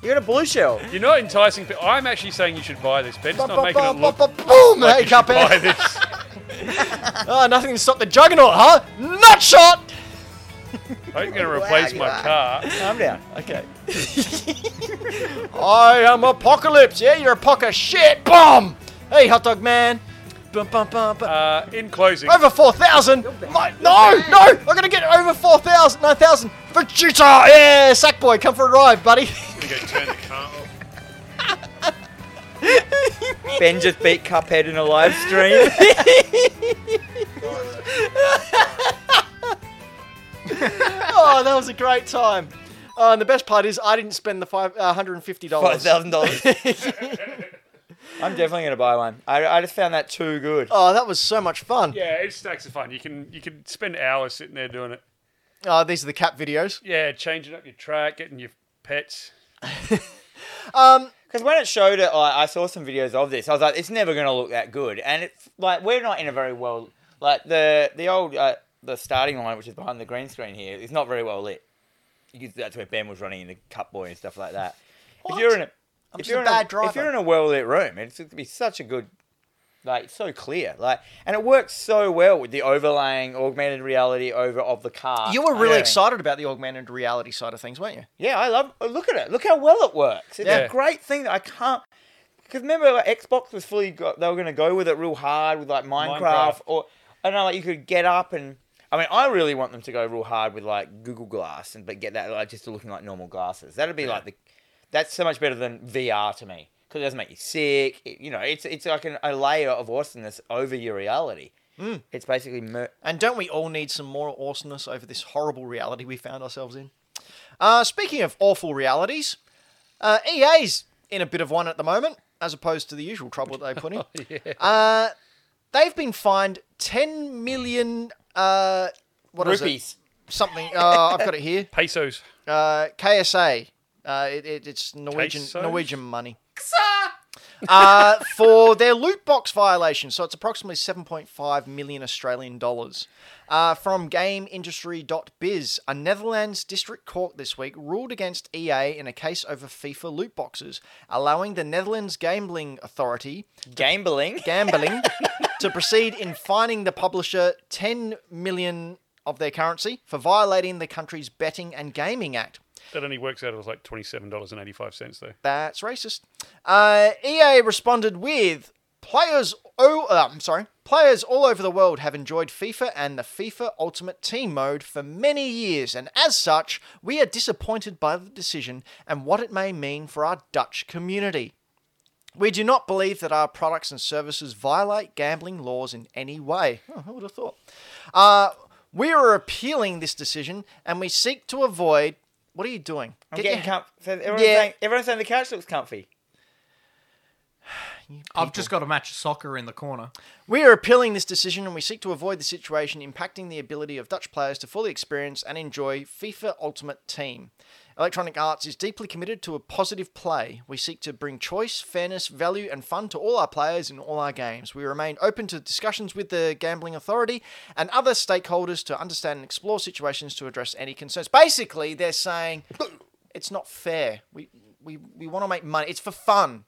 Speaker 2: You're in a blue shell.
Speaker 3: You're not enticing people. I'm actually saying you should buy this. Ben's not making it look
Speaker 1: Boom! Hey,
Speaker 3: like you should buy
Speaker 1: Cuphead.
Speaker 3: this.
Speaker 1: Oh, nothing to stop the juggernaut, huh? Not shot.
Speaker 3: I'm going to replace my car.
Speaker 2: Calm down.
Speaker 1: Okay. I am apocalypse. Yeah, you're a pock of shit. Bomb. Hey, hot dog man. Bum, bum, bum, bum.
Speaker 3: Uh, in closing,
Speaker 1: over four thousand. My, no, no, I'm gonna get over four thousand, nine thousand for Utah. Yeah, Sackboy, come for a ride, buddy.
Speaker 3: I'm going to turn the car off.
Speaker 2: Ben just beat Cuphead in a live stream.
Speaker 1: oh, that was a great time. Uh, and the best part is, I didn't spend the five uh, hundred and fifty
Speaker 2: Five
Speaker 1: dollars.
Speaker 2: thousand dollars. I'm definitely gonna buy one. I, I just found that too good.
Speaker 1: Oh, that was so much fun.
Speaker 3: Yeah, it's stacks of fun. You can you can spend hours sitting there doing it.
Speaker 1: Oh, these are the cat videos.
Speaker 3: Yeah, changing up your track, getting your pets.
Speaker 1: Um,
Speaker 2: Because when it showed it, I, I saw some videos of this. I was like, it's never gonna look that good. And it's like we're not in a very well like the the old uh, the starting line, which is behind the green screen here, is not very well lit. You could, that's where Ben was running into Cup Boy and stuff like that. If you're in a
Speaker 1: I'm
Speaker 2: if
Speaker 1: just
Speaker 2: you're,
Speaker 1: a
Speaker 2: in
Speaker 1: bad
Speaker 2: a, if
Speaker 1: driver.
Speaker 2: you're in a well lit room, it's going to be such a good, like, so clear. Like, and it works so well with the overlaying augmented reality over of the car.
Speaker 1: You were really
Speaker 2: Yeah.
Speaker 1: excited about the augmented reality side of things, weren't you?
Speaker 2: Yeah, I love. oh, Look at it. Look how well it works. It's
Speaker 3: Yeah.
Speaker 2: a great thing that I can't. Because remember, like, Xbox was fully. Go, they were going to go with it real hard with like Minecraft,
Speaker 3: Minecraft.
Speaker 2: or I don't know, like you could get up and. I mean, I really want them to go real hard with like Google Glass, and but get that like just looking like normal glasses. That'd be like the. That's so much better than VR to me because it doesn't make you sick. It- you know, it's it's like an, a layer of awesomeness over your reality. It's basically mer-
Speaker 1: And don't we all need some more awesomeness over this horrible reality we found ourselves in? Uh, speaking of awful realities, uh, EA's in a bit of one at the moment, as opposed to the usual trouble that they put in. uh, they've been fined 10 million. Uh, what is it?
Speaker 2: rupees.
Speaker 1: Something. Uh, I've got it here.
Speaker 3: Pesos.
Speaker 1: Uh, KSA. Uh, it, it, it's Norwegian
Speaker 3: Quesos?
Speaker 1: Norwegian money. uh, for their loot box violation. So it's approximately 7.5 million Australian dollars. Uh, from GameIndustry.biz, a Netherlands district court this week ruled against EA in a case over FIFA loot boxes, allowing the Netherlands Gambling Authority
Speaker 2: Gambling.
Speaker 1: gambling to proceed in fining the publisher 10 million of their currency for violating the country's betting and gaming act
Speaker 3: That only works out as like twenty-seven dollars and eighty-five cents, though.
Speaker 1: that's racist uh, ea responded with players oh uh, i'm sorry players all over the world have enjoyed fifa and the fifa ultimate team mode for many years and as such we are disappointed by the decision and what it may mean for our dutch community We do not believe that our products and services violate gambling laws in any way. Oh, I would have thought. Uh, we are appealing this decision and we seek to avoid. What are you doing?
Speaker 2: I'm getting
Speaker 1: your-
Speaker 2: comfy. So everyone's,
Speaker 1: Yeah.
Speaker 2: saying, everyone's saying the couch looks comfy.
Speaker 4: I've just got a match of soccer in the corner.
Speaker 1: we are appealing this decision and we seek to avoid the situation impacting the ability of Dutch players to fully experience and enjoy FIFA Ultimate Team. Electronic Arts is deeply committed to a positive play. We seek to bring choice, fairness, value, and fun to all our players in all our games. We remain open to discussions with the Gambling Authority and other stakeholders to understand and explore situations to address any concerns. Basically, they're saying it's not fair. We we, we want to make money. It's for fun.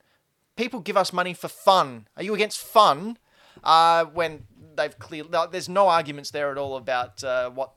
Speaker 1: People give us money for fun. Are you against fun? Uh, when they've clearly there's no arguments there at all about uh, what.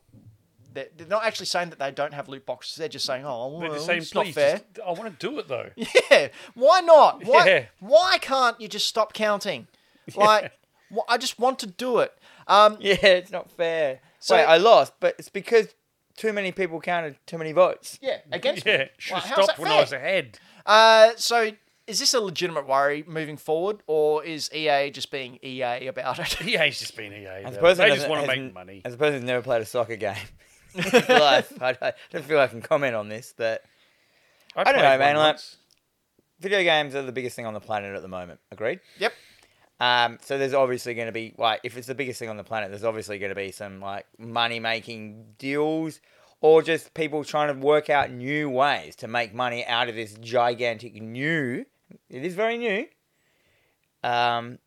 Speaker 1: They're, they're not actually saying that they don't have loot boxes. They're just saying, oh, well,
Speaker 3: They're just saying,
Speaker 1: it's not
Speaker 3: please,
Speaker 1: fair.
Speaker 3: just- I want to do it though.
Speaker 1: Yeah, why not? Why
Speaker 3: Yeah.
Speaker 1: why can't you just stop counting? Like, wh- I just want to do it. Um,
Speaker 2: Yeah, it's not fair.
Speaker 1: So-
Speaker 2: Wait, I lost, but it's because too many people counted too many votes.
Speaker 1: yeah, against me.
Speaker 3: Yeah, should
Speaker 1: Why-
Speaker 3: have
Speaker 1: how's that
Speaker 3: stopped when
Speaker 1: fair?
Speaker 3: I was ahead.
Speaker 1: Uh, so is this a legitimate worry moving forward, or is EA just being EA about it?
Speaker 3: EA's just been EA.
Speaker 2: As a
Speaker 3: though.
Speaker 2: person
Speaker 3: They
Speaker 2: who
Speaker 3: just
Speaker 2: hasn't-
Speaker 3: want to
Speaker 2: hasn't-
Speaker 3: make money.
Speaker 2: As a person who's never played a soccer game in his life, I don't, I don't feel I can comment on this, but don't
Speaker 3: played
Speaker 2: know,
Speaker 3: one
Speaker 2: man, like-
Speaker 3: once.
Speaker 2: video games are the biggest thing on the planet at the moment. Agreed?
Speaker 1: yep.
Speaker 2: Um, so there's obviously going to be like if it's the biggest thing on the planet, there's obviously going to be some like money making deals or just people trying to work out new ways to make money out of this gigantic new. It is very new. Um,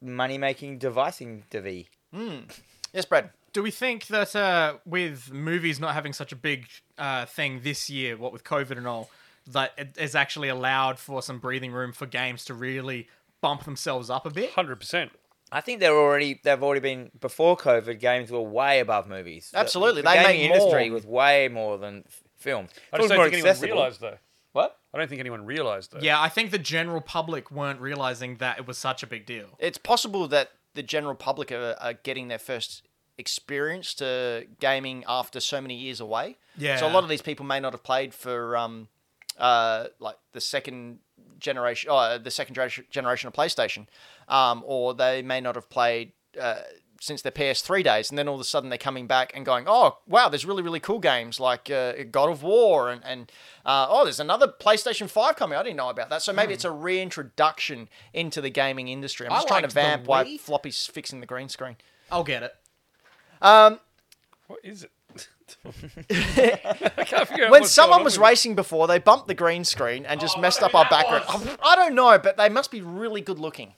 Speaker 2: money making devicing divvy.
Speaker 1: Yes, Brad.
Speaker 4: Do we think that uh, with movies not having such a big uh, thing this year, what with COVID and all, that it has actually allowed for some breathing room for games to really bump themselves up a bit?
Speaker 3: Hundred percent.
Speaker 2: I think they're already they've already been before COVID. Games were way above movies. The-
Speaker 1: Absolutely,
Speaker 2: the
Speaker 1: they make
Speaker 2: gaming industry
Speaker 1: more.
Speaker 2: was way more than f- film.
Speaker 3: I
Speaker 2: Film's
Speaker 3: just don't
Speaker 2: more
Speaker 3: think anyone
Speaker 2: accessible.
Speaker 3: realised though.
Speaker 2: What?
Speaker 3: I don't think anyone realised though.
Speaker 4: Yeah, I think the general public weren't realizing that it was such a big deal.
Speaker 1: It's possible that the general public are, are getting their first experience to gaming after so many years away. So a
Speaker 4: Yeah.
Speaker 1: lot of these people may not have played for um, uh, like the second generation, uh, the second gener- generation of PlayStation, um, or they may not have played. Uh, since their PS3 days, and then all of a sudden they're coming back and going, "Oh, wow! There's really, really cool games like uh, God of War, and and uh, oh, there's another PlayStation 5 coming. I didn't know about that. So maybe it's a reintroduction into the gaming industry. I'm
Speaker 4: I
Speaker 1: just trying to
Speaker 4: liked the
Speaker 1: vamp why
Speaker 4: Wii.
Speaker 1: Floppy's fixing the green screen.
Speaker 4: I'll get it.
Speaker 3: What is it? I can't figure
Speaker 1: when
Speaker 3: out what's going
Speaker 1: someone
Speaker 3: on
Speaker 1: was
Speaker 3: with it.
Speaker 1: racing before, they bumped the green screen and just messed up our background. I don't know, but they must be really good looking.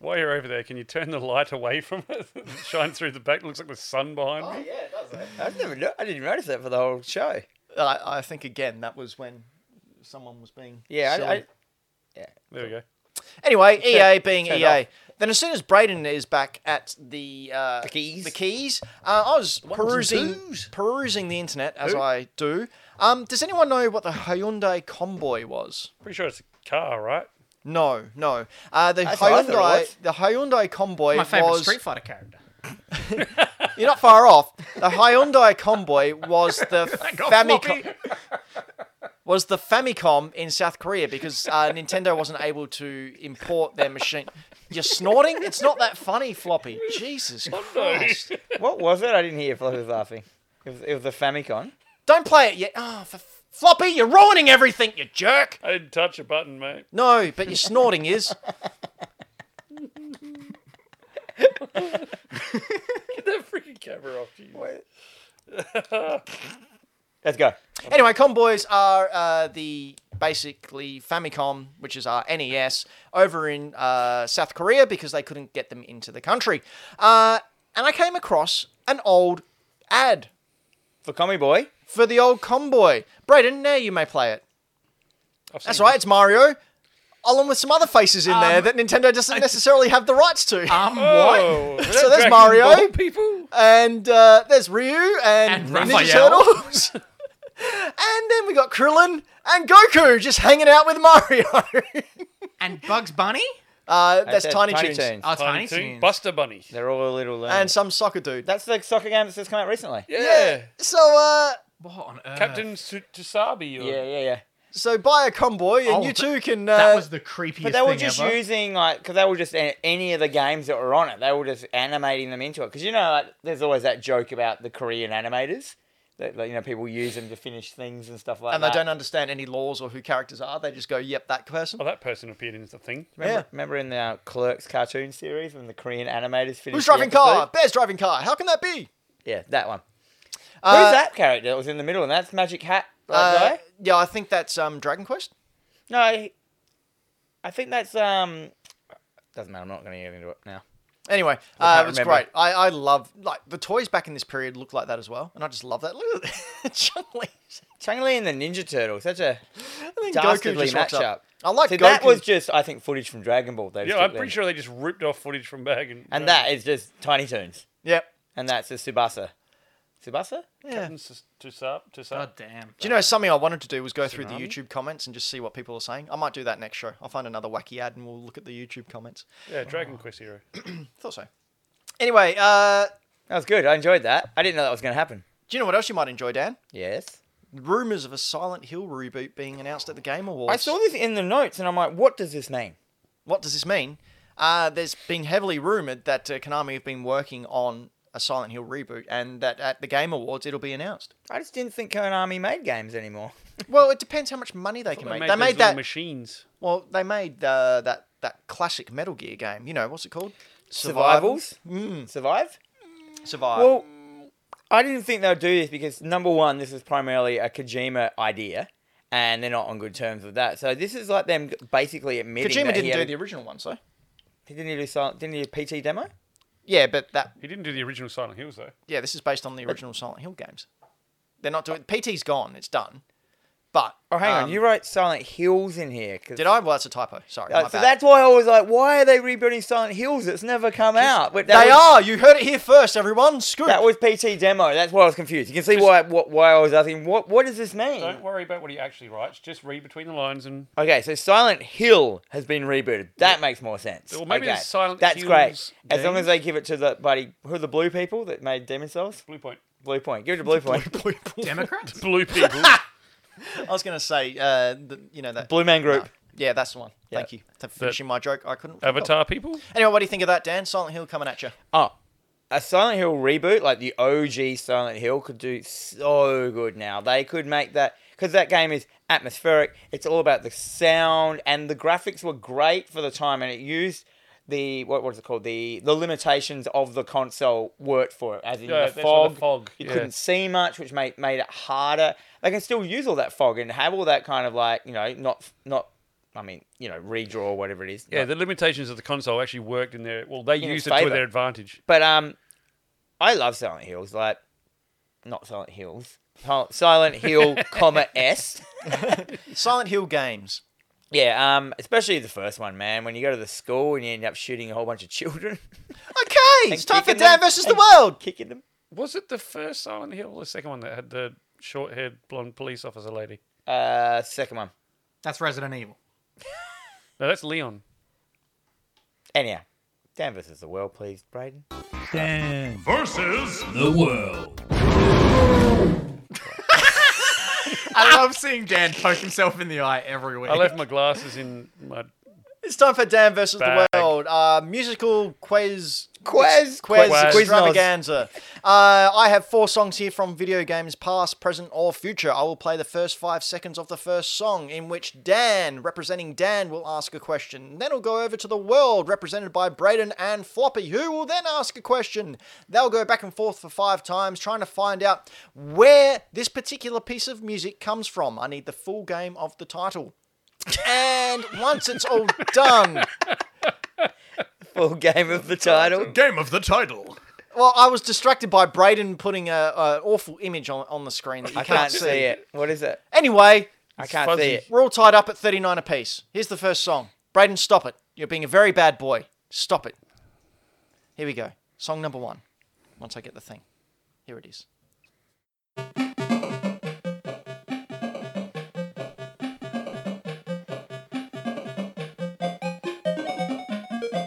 Speaker 3: While you're over there, can you turn the light away from it? Shine through the back. Looks like the sun behind me.
Speaker 2: I never. no- I didn't notice that for the whole show.
Speaker 1: I, I think again that was when someone was being
Speaker 2: Yeah, I,
Speaker 1: silly.
Speaker 2: I,
Speaker 3: There we go.
Speaker 1: anyway, EA being
Speaker 2: turned
Speaker 1: EA.
Speaker 2: off.
Speaker 1: Then as soon as Braden is back at the uh, the
Speaker 2: keys.
Speaker 1: the keys, uh, I was perusing
Speaker 2: twos.
Speaker 1: perusing the internet as I do. Um, does anyone know what the Hyundai Comboy was?
Speaker 3: Pretty sure it's a car, right?
Speaker 1: No, no. Uh, the
Speaker 2: That's what I thought it
Speaker 1: Hyundai
Speaker 2: was.
Speaker 1: the Hyundai Comboy
Speaker 4: My favorite
Speaker 1: was
Speaker 4: Street Fighter character.
Speaker 1: You're not far off. The Hyundai Comboy was the Famicom. Was the Famicom in South Korea because uh, Nintendo wasn't able to import their machine? You're snorting. It's not that funny, Floppy. Jesus
Speaker 4: Oh,
Speaker 1: Christ!
Speaker 2: what was it? I didn't hear. Flo was laughing. It was, it was the Famicom.
Speaker 1: Don't play it yet. Oh, for Floppy, you're ruining everything, you jerk.
Speaker 3: I didn't touch a button, mate.
Speaker 1: No, but you're snorting is.
Speaker 3: Get that freaking camera off, jeez.
Speaker 2: Let's go.
Speaker 1: Anyway, Comboys are uh, the basically Famicom, which is our NES, over in uh, South Korea because they couldn't get them into the country. Uh, and I came across an old ad
Speaker 2: For Commie Boy.
Speaker 1: for the old Comboy. Braden, now you may play it.
Speaker 3: I've seen
Speaker 1: That's
Speaker 3: it.
Speaker 1: right, it's Mario, along with some other faces in there
Speaker 4: Um,
Speaker 1: that Nintendo doesn't necessarily have the rights to.
Speaker 4: Um, what?
Speaker 3: Oh,
Speaker 1: So
Speaker 3: is that
Speaker 1: there's
Speaker 3: Dragon
Speaker 1: Mario.
Speaker 3: Ball people.
Speaker 1: and uh, there's Ryu and,
Speaker 4: And
Speaker 1: Ninja
Speaker 4: Raphael.
Speaker 1: Turtles. and then we got Krillin and Goku just hanging out with Mario.
Speaker 4: And Bugs Bunny?
Speaker 1: uh, that's
Speaker 2: said
Speaker 1: Tiny,
Speaker 2: Tiny
Speaker 1: Toons.
Speaker 2: Toons.
Speaker 4: Oh, Tiny,
Speaker 3: Tiny Toon,
Speaker 4: Toons.
Speaker 3: Buster Bunny.
Speaker 2: They're all a little. Uh,
Speaker 1: And some soccer dude.
Speaker 2: that's the soccer game that's just come out recently.
Speaker 3: Yeah.
Speaker 1: So, uh,
Speaker 4: What on earth?
Speaker 3: Captain Su- Tsusabi. Or,
Speaker 2: Yeah, yeah, yeah.
Speaker 1: so buy a convoy and
Speaker 4: Oh,
Speaker 1: you
Speaker 4: th-
Speaker 1: too can. Uh,
Speaker 4: That was the creepiest
Speaker 2: But they were
Speaker 4: thing
Speaker 2: just
Speaker 4: ever.
Speaker 2: using like because they were just a- any of the games that were on it. They were just animating them into it because you know like, there's always that joke about the Korean animators that like, you know people use them to finish things and stuff like
Speaker 1: and
Speaker 2: that.
Speaker 1: they don't understand any laws or who characters are. They just go, "Yep, that person."
Speaker 3: Oh, that person appeared in the thing.
Speaker 2: Remember,
Speaker 1: Yeah.
Speaker 2: remember in the uh, Clerks cartoon series when the Korean animators finished.
Speaker 1: Who's
Speaker 2: the
Speaker 1: driving car?
Speaker 2: episode?
Speaker 1: Bear's driving car. How can that be?
Speaker 2: Yeah, that one.
Speaker 1: Uh,
Speaker 2: Who's that character that was in the middle? And that's Magic Hat that
Speaker 1: Uh,
Speaker 2: guy.
Speaker 1: yeah, I think that's um, Dragon Quest.
Speaker 2: No, he- I think that's um. Doesn't matter. I'm not going to get into it now.
Speaker 1: Anyway,
Speaker 2: can't
Speaker 1: uh, it was
Speaker 2: remember.
Speaker 1: great. I, I love like the toys back in this period looked like that as well, and I just love that. Look at that. Chun-Li.
Speaker 2: Chang Li and the Ninja Turtles. Such a
Speaker 1: I think
Speaker 2: dastardly
Speaker 1: just rocks
Speaker 2: matchup.
Speaker 1: up. I like
Speaker 2: See,
Speaker 1: Goku.
Speaker 2: that was just I think footage from Dragon Ball. They
Speaker 3: Yeah,
Speaker 2: took
Speaker 3: I'm
Speaker 2: then.
Speaker 3: pretty sure they just ripped off footage from Bag and
Speaker 2: And that is just Tiny Toons.
Speaker 1: Yep.
Speaker 2: And that's a Subasa. Subasa?
Speaker 1: Yeah.
Speaker 3: Captain Sus- Tsusab. Tsusab.
Speaker 4: God damn.
Speaker 1: Do you know something I wanted to do was go through the YouTube comments and just see what people are saying? I might do that next show. I'll find another wacky ad and we'll look at the YouTube comments.
Speaker 3: Yeah, Dragon Quest hero.
Speaker 1: Thought so. Anyway, uh,
Speaker 2: That was good. I enjoyed that. I didn't know that was going to happen.
Speaker 1: do you know what else you might enjoy, Dan?
Speaker 2: Yes.
Speaker 1: Rumors of a Silent Hill reboot being announced at the Game Awards.
Speaker 2: I saw this in the notes and I'm like, what does this mean?
Speaker 1: What does this mean? Uh, there's been heavily rumored that uh, Konami have been working on a Silent Hill reboot, and that at the Game Awards it'll be announced.
Speaker 2: I just didn't think Konami made games anymore.
Speaker 1: Well, it depends how much money they can
Speaker 3: They
Speaker 1: make.
Speaker 3: made,
Speaker 1: They
Speaker 3: those
Speaker 1: made
Speaker 3: little
Speaker 1: that.
Speaker 3: machines.
Speaker 1: Well, they made uh, that that classic Metal Gear game. You know what's it called? Mm.
Speaker 2: Survivals? Survive?
Speaker 1: Survive.
Speaker 2: Well, I didn't think they would do this because, number one, this is primarily a Kojima idea and they're not on good terms with that. So this is like them basically admitting
Speaker 1: Kojima
Speaker 2: that he,
Speaker 1: didn't do
Speaker 2: had,
Speaker 1: the original one, so.
Speaker 2: he didn't do silent, didn't he do a PT demo?
Speaker 1: Yeah, but that
Speaker 3: He didn't do the original Silent Hills though.
Speaker 1: yeah, this is based on the original Silent Hill games. They're not doing PT's gone. It's done. But
Speaker 2: Oh, hang
Speaker 1: um,
Speaker 2: on. You wrote Silent Hills in here. 'cause-
Speaker 1: did I? Well, that's a typo. Sorry.
Speaker 2: Uh,
Speaker 1: my
Speaker 2: so
Speaker 1: bad.
Speaker 2: that's why I was like, why are they rebuilding Silent Hills? It's never come out. But that
Speaker 1: they
Speaker 2: was,
Speaker 1: are. You heard it here first, everyone. Scoop.
Speaker 2: That was PT demo. That's why I was confused. You can see why, what, why I was asking. What what does this mean?
Speaker 3: Don't worry about what he actually writes. Just read between the lines and
Speaker 2: Okay, so Silent Hill has been rebooted. That makes more sense.
Speaker 3: Well, maybe
Speaker 2: okay.
Speaker 3: it's Silent
Speaker 2: That's
Speaker 3: Hills
Speaker 2: great. As long
Speaker 3: game.
Speaker 2: as they give it to the buddy who are the blue people that made Demon Souls.
Speaker 3: Blue Point.
Speaker 2: Blue Point. Give it to Blue Point.
Speaker 1: Blue people.
Speaker 4: Democrats?
Speaker 3: Blue people.
Speaker 1: I was gonna say, uh, the, you know that. Ah,
Speaker 2: Blue Man Group.
Speaker 1: Yeah, that's the one.
Speaker 2: Yeah.
Speaker 1: Thank you. For finishing my joke, I couldn't. Oh,
Speaker 3: Avatar people.
Speaker 1: Anyway, what do you think of that, Dan? Silent Hill coming at you.
Speaker 2: Oh, a Silent Hill reboot, like the OG Silent Hill, could do so good now. They could make that because that game is atmospheric. It's all about the sound and the graphics were great for the time, and it used the what was it called the the limitations of the console worked for it, as in
Speaker 3: Yeah,
Speaker 2: the
Speaker 3: that's why
Speaker 2: fog.
Speaker 3: the fog,
Speaker 2: You
Speaker 3: yeah.
Speaker 2: couldn't see much, which made made it harder. They can still use all that fog and have all that kind of like you know not not. I mean, you know, redraw or whatever it is.
Speaker 3: Yeah,
Speaker 2: not-
Speaker 3: the limitations of the console actually worked in their well, they
Speaker 2: In its
Speaker 3: used it to
Speaker 2: favour.
Speaker 3: their advantage.
Speaker 2: But um, I love Silent Hills. Like, not Silent Hills. Sil- Silent Hill, comma S.
Speaker 1: Silent Hill games.
Speaker 2: Yeah. Um, especially the first one, man. When you go to the school and you end up shooting a whole bunch of children,
Speaker 1: Okay, it's time for
Speaker 2: kicking
Speaker 1: Dan
Speaker 2: them,
Speaker 1: versus the
Speaker 2: and
Speaker 1: world.
Speaker 2: kicking them.
Speaker 3: Was it the first Silent Hill or the second one that had the short haired blonde police officer lady?
Speaker 2: Uh, second one.
Speaker 4: That's Resident Evil.
Speaker 3: No, that's Leon.
Speaker 2: Anyhow, Dan versus the world, please, Braden.
Speaker 5: Dan versus the world.
Speaker 4: I love seeing Dan poke himself in the eye every week.
Speaker 3: I left my glasses in my
Speaker 1: It's time for Dan versus
Speaker 3: bag.
Speaker 1: the world. World, uh, musical quiz.
Speaker 2: Quiz.
Speaker 1: Quiz,
Speaker 3: Quiz.
Speaker 1: extravaganza. Uh, I have four songs here from video games, past, present, or future. I will play the first five seconds of the first song, in which Dan, representing Dan, will ask a question. Then it'll go over to the world, represented by Braden and Floppy, who will then ask a question. They'll go back and forth for five times, trying to find out where this particular piece of music comes from. I need the full game of the title. And once it's all done,
Speaker 2: Full game of the title.
Speaker 4: Game of the title.
Speaker 1: well, I was distracted by Braden putting a, a awful image on, on the screen that you
Speaker 2: I
Speaker 1: can't,
Speaker 2: can't see it. What is it?
Speaker 1: Anyway,
Speaker 2: I can't
Speaker 3: fuzzy.
Speaker 2: see it.
Speaker 1: we're all tied up at 39 apiece. Here's the first song. Braden, stop it. You're being a very bad boy. Stop it. Here we go. Song number one. Once I get the thing, here it is.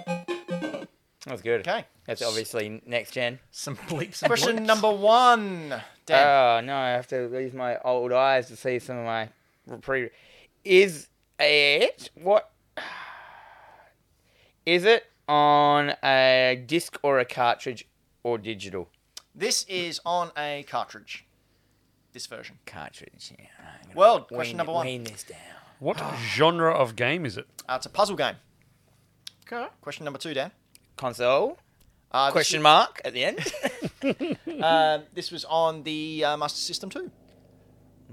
Speaker 2: That was good.
Speaker 1: Okay.
Speaker 2: That's obviously next gen.
Speaker 4: Some bleeps. And
Speaker 1: Question
Speaker 4: bleeps.
Speaker 1: number one. Dan.
Speaker 2: Oh no, I have to use my old eyes to see some of my pre. Is it what? Is it on a disc or a cartridge or digital?
Speaker 1: this is on a cartridge. This version.
Speaker 2: Cartridge. Yeah. I'm gonna
Speaker 1: Well, question
Speaker 2: wean-
Speaker 1: number one.
Speaker 2: Wean this down.
Speaker 3: What genre of game is it?
Speaker 1: Uh, it's a puzzle game.
Speaker 4: Okay.
Speaker 1: Question number two, Dan.
Speaker 2: Console?
Speaker 1: Uh, this
Speaker 2: Question mark at the end.
Speaker 1: Um, this was on the uh, Master System 2.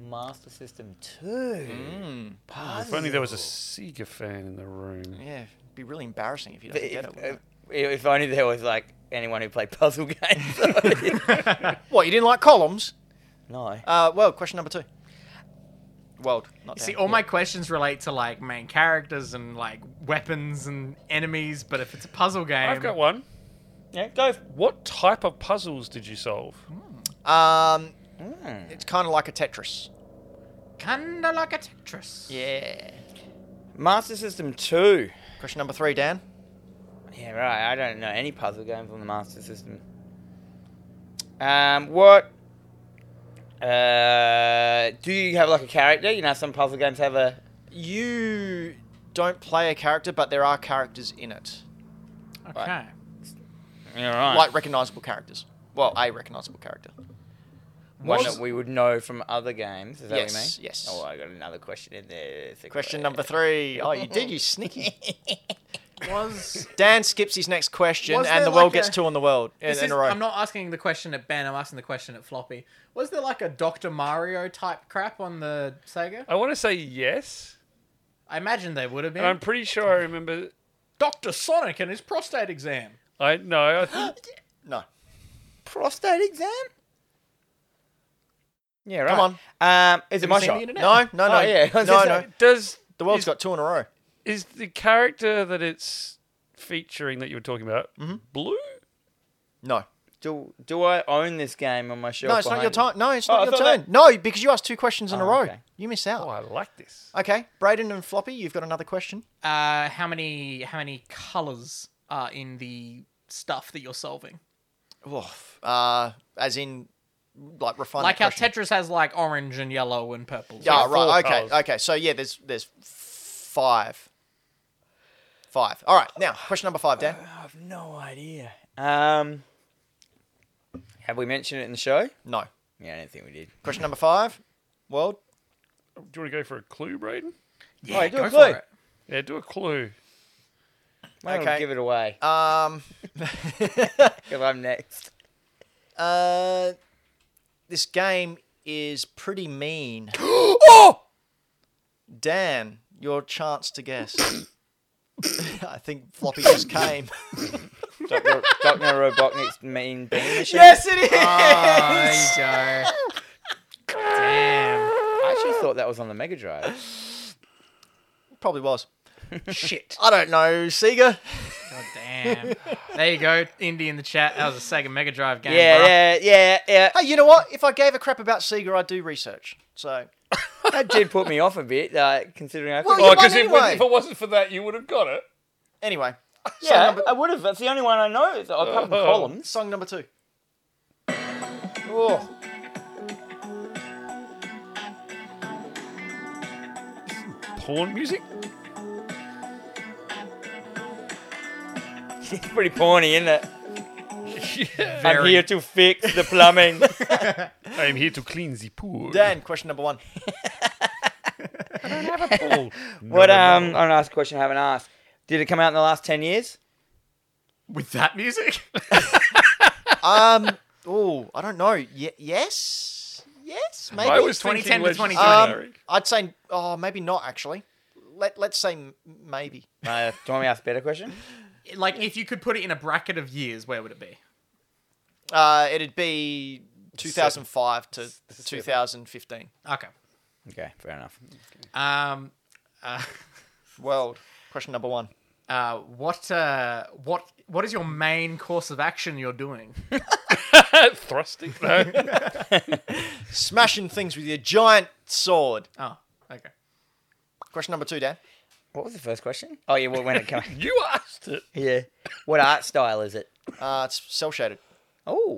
Speaker 2: Master System Two.
Speaker 1: Mm.
Speaker 3: If only there was a Sega fan in the room.
Speaker 1: Yeah, it'd be really embarrassing if you don't get
Speaker 2: If, uh,
Speaker 1: it. wouldn't it?
Speaker 2: if only there was like anyone who played puzzle games.
Speaker 1: What, you didn't like columns?
Speaker 2: no.
Speaker 1: Uh, well, question number two. World. Not
Speaker 4: See,
Speaker 1: down.
Speaker 4: all my questions relate to like main characters and like weapons and enemies, but if it's a puzzle game,
Speaker 3: I've got one.
Speaker 2: Yeah, go.
Speaker 3: What type of puzzles did you solve?
Speaker 1: Um, It's kind of like a Tetris.
Speaker 4: kinda like a Tetris.
Speaker 1: Yeah.
Speaker 2: Master System Two.
Speaker 1: Question number three, Dan.
Speaker 2: Yeah, right. I don't know any puzzle games on the Master System. Um, what? Uh, do you have like a character? You know, some puzzle games have a.
Speaker 1: You don't play a character, but there are characters in it.
Speaker 4: Okay.
Speaker 2: Right. Yeah, right.
Speaker 1: Like recognizable characters. Well, a recognizable character.
Speaker 2: One
Speaker 1: was-
Speaker 2: that we would know from other games. Is that what you mean?
Speaker 1: Yes, yes.
Speaker 2: Oh, I got another question in there. Think
Speaker 1: Question
Speaker 2: about
Speaker 1: number three. Oh, you did, you sneaky.
Speaker 4: Was
Speaker 1: Dan skips his next question,
Speaker 4: Was
Speaker 1: and
Speaker 4: there
Speaker 1: the world
Speaker 4: like
Speaker 1: gets
Speaker 4: a-
Speaker 1: two on the world in,
Speaker 4: this
Speaker 1: in
Speaker 4: is,
Speaker 1: a row.
Speaker 4: I'm not asking the question at Ben. I'm asking the question at Floppy. Was there like a Doctor Mario type crap on the Sega?
Speaker 3: I want to say yes.
Speaker 4: I imagine there would have
Speaker 3: And I'm
Speaker 4: been.
Speaker 3: pretty sure I remember.
Speaker 4: Doctor Sonic and his prostate exam.
Speaker 3: I no. I think
Speaker 1: no.
Speaker 2: it. prostate exam. Yeah, right.
Speaker 1: Come on.
Speaker 2: Um, is it my
Speaker 4: seen
Speaker 2: shot?
Speaker 4: the internet?
Speaker 1: No, no, no.
Speaker 2: Oh, yeah.
Speaker 1: No, no.
Speaker 3: does
Speaker 1: The world's
Speaker 3: is,
Speaker 1: got two in a row.
Speaker 3: is the character that it's featuring that you were talking about
Speaker 1: Mm-hmm.
Speaker 3: blue?
Speaker 1: No.
Speaker 2: Do, do I own this game on my shelf?
Speaker 1: No, it's not your
Speaker 2: behind
Speaker 1: time.
Speaker 2: me?
Speaker 1: No, it's
Speaker 2: Oh,
Speaker 1: not
Speaker 2: I
Speaker 1: your
Speaker 2: thought
Speaker 1: turn. No, because you asked two questions in a
Speaker 2: Oh,
Speaker 1: row.
Speaker 2: okay.
Speaker 1: You miss out.
Speaker 3: Oh, I like this.
Speaker 1: Okay, Braden and Floppy, you've got another question.
Speaker 4: Uh, how many how many colors are in the stuff that you're solving?
Speaker 1: Oof. Uh, as in, like refining.
Speaker 4: Like how Tetris has like orange and yellow and purple.
Speaker 1: Yeah,
Speaker 3: like
Speaker 1: right.
Speaker 3: four
Speaker 1: Okay,
Speaker 3: colours.
Speaker 1: okay. So yeah, there's there's five. Five. All right. Now, question number five, Dan.
Speaker 2: I have Oh, no idea. Um, have we mentioned it in the show?
Speaker 1: No.
Speaker 2: Yeah, I don't think we did.
Speaker 1: Question number five. World.
Speaker 3: Do you want to go for a clue, Braden?
Speaker 4: Yeah,
Speaker 2: Alright, do a
Speaker 4: go
Speaker 2: clue.
Speaker 4: for it.
Speaker 3: Yeah, do a clue.
Speaker 2: Why don't
Speaker 1: Okay.
Speaker 2: we give it away?
Speaker 1: Um.
Speaker 2: Because I'm next.
Speaker 1: Uh. This game is pretty mean.
Speaker 2: Oh!
Speaker 1: Dan, your chance to guess. I think Floppy just came.
Speaker 2: Dr. Dr. Robotnik's mean bean machine.
Speaker 1: it is.
Speaker 4: Oh, there you go. Damn.
Speaker 2: I actually thought that was on the Mega Drive.
Speaker 1: Probably was.
Speaker 4: Shit.
Speaker 1: I don't know, Sega.
Speaker 4: God damn. There you go, Indy in the chat. That was a Sega Mega Drive game. bruh.
Speaker 2: Yeah, yeah, yeah, yeah.
Speaker 1: Hey, you know what? If I gave a crap about Sega, I'd do research. So
Speaker 2: That did put me off a bit, uh, considering I
Speaker 1: Well,
Speaker 2: could.
Speaker 1: you won
Speaker 3: Oh, if,
Speaker 1: anyway.
Speaker 3: if it wasn't for that, you would have got it.
Speaker 1: anyway,
Speaker 2: yeah, I would have. That's the only one I know. is- Apart from
Speaker 3: Oh.
Speaker 2: columns.
Speaker 1: song number two.
Speaker 2: Oh.
Speaker 3: Porn music?
Speaker 2: It's pretty porny, isn't it? I'm
Speaker 4: Very.
Speaker 2: here to fix the plumbing.
Speaker 3: I am here to clean the pool.
Speaker 1: Dan, question number one.
Speaker 3: Pool.
Speaker 2: what um? I'm gonna ask a question I haven't asked. Did it come out in the last ten years?
Speaker 4: With that music?
Speaker 1: Um, oh, I don't know. Ye- yes, yes, maybe.
Speaker 3: I was
Speaker 4: 2010
Speaker 3: thinking
Speaker 4: to 2020.
Speaker 3: legendary.
Speaker 1: Um, I'd say, oh, maybe not actually. Let Let's say m- maybe.
Speaker 2: Uh, do you want me to ask a better question?
Speaker 4: like, if you could put it in a bracket of years, where would it be?
Speaker 1: Uh, it'd be 2005 to 2015.
Speaker 4: Okay.
Speaker 2: Okay, fair enough.
Speaker 4: Um,
Speaker 1: World. Question number one.
Speaker 4: uh, what, uh, what, what is your main course of action you're doing?
Speaker 3: Thrusting. No.
Speaker 1: Smashing things with your giant sword.
Speaker 4: Oh, okay.
Speaker 1: Question number two, Dan.
Speaker 2: What was the first question? Oh yeah, well, when it came.
Speaker 3: You asked it.
Speaker 2: yeah. What art style is it?
Speaker 1: Uh, it's cell shaded.
Speaker 2: Oh,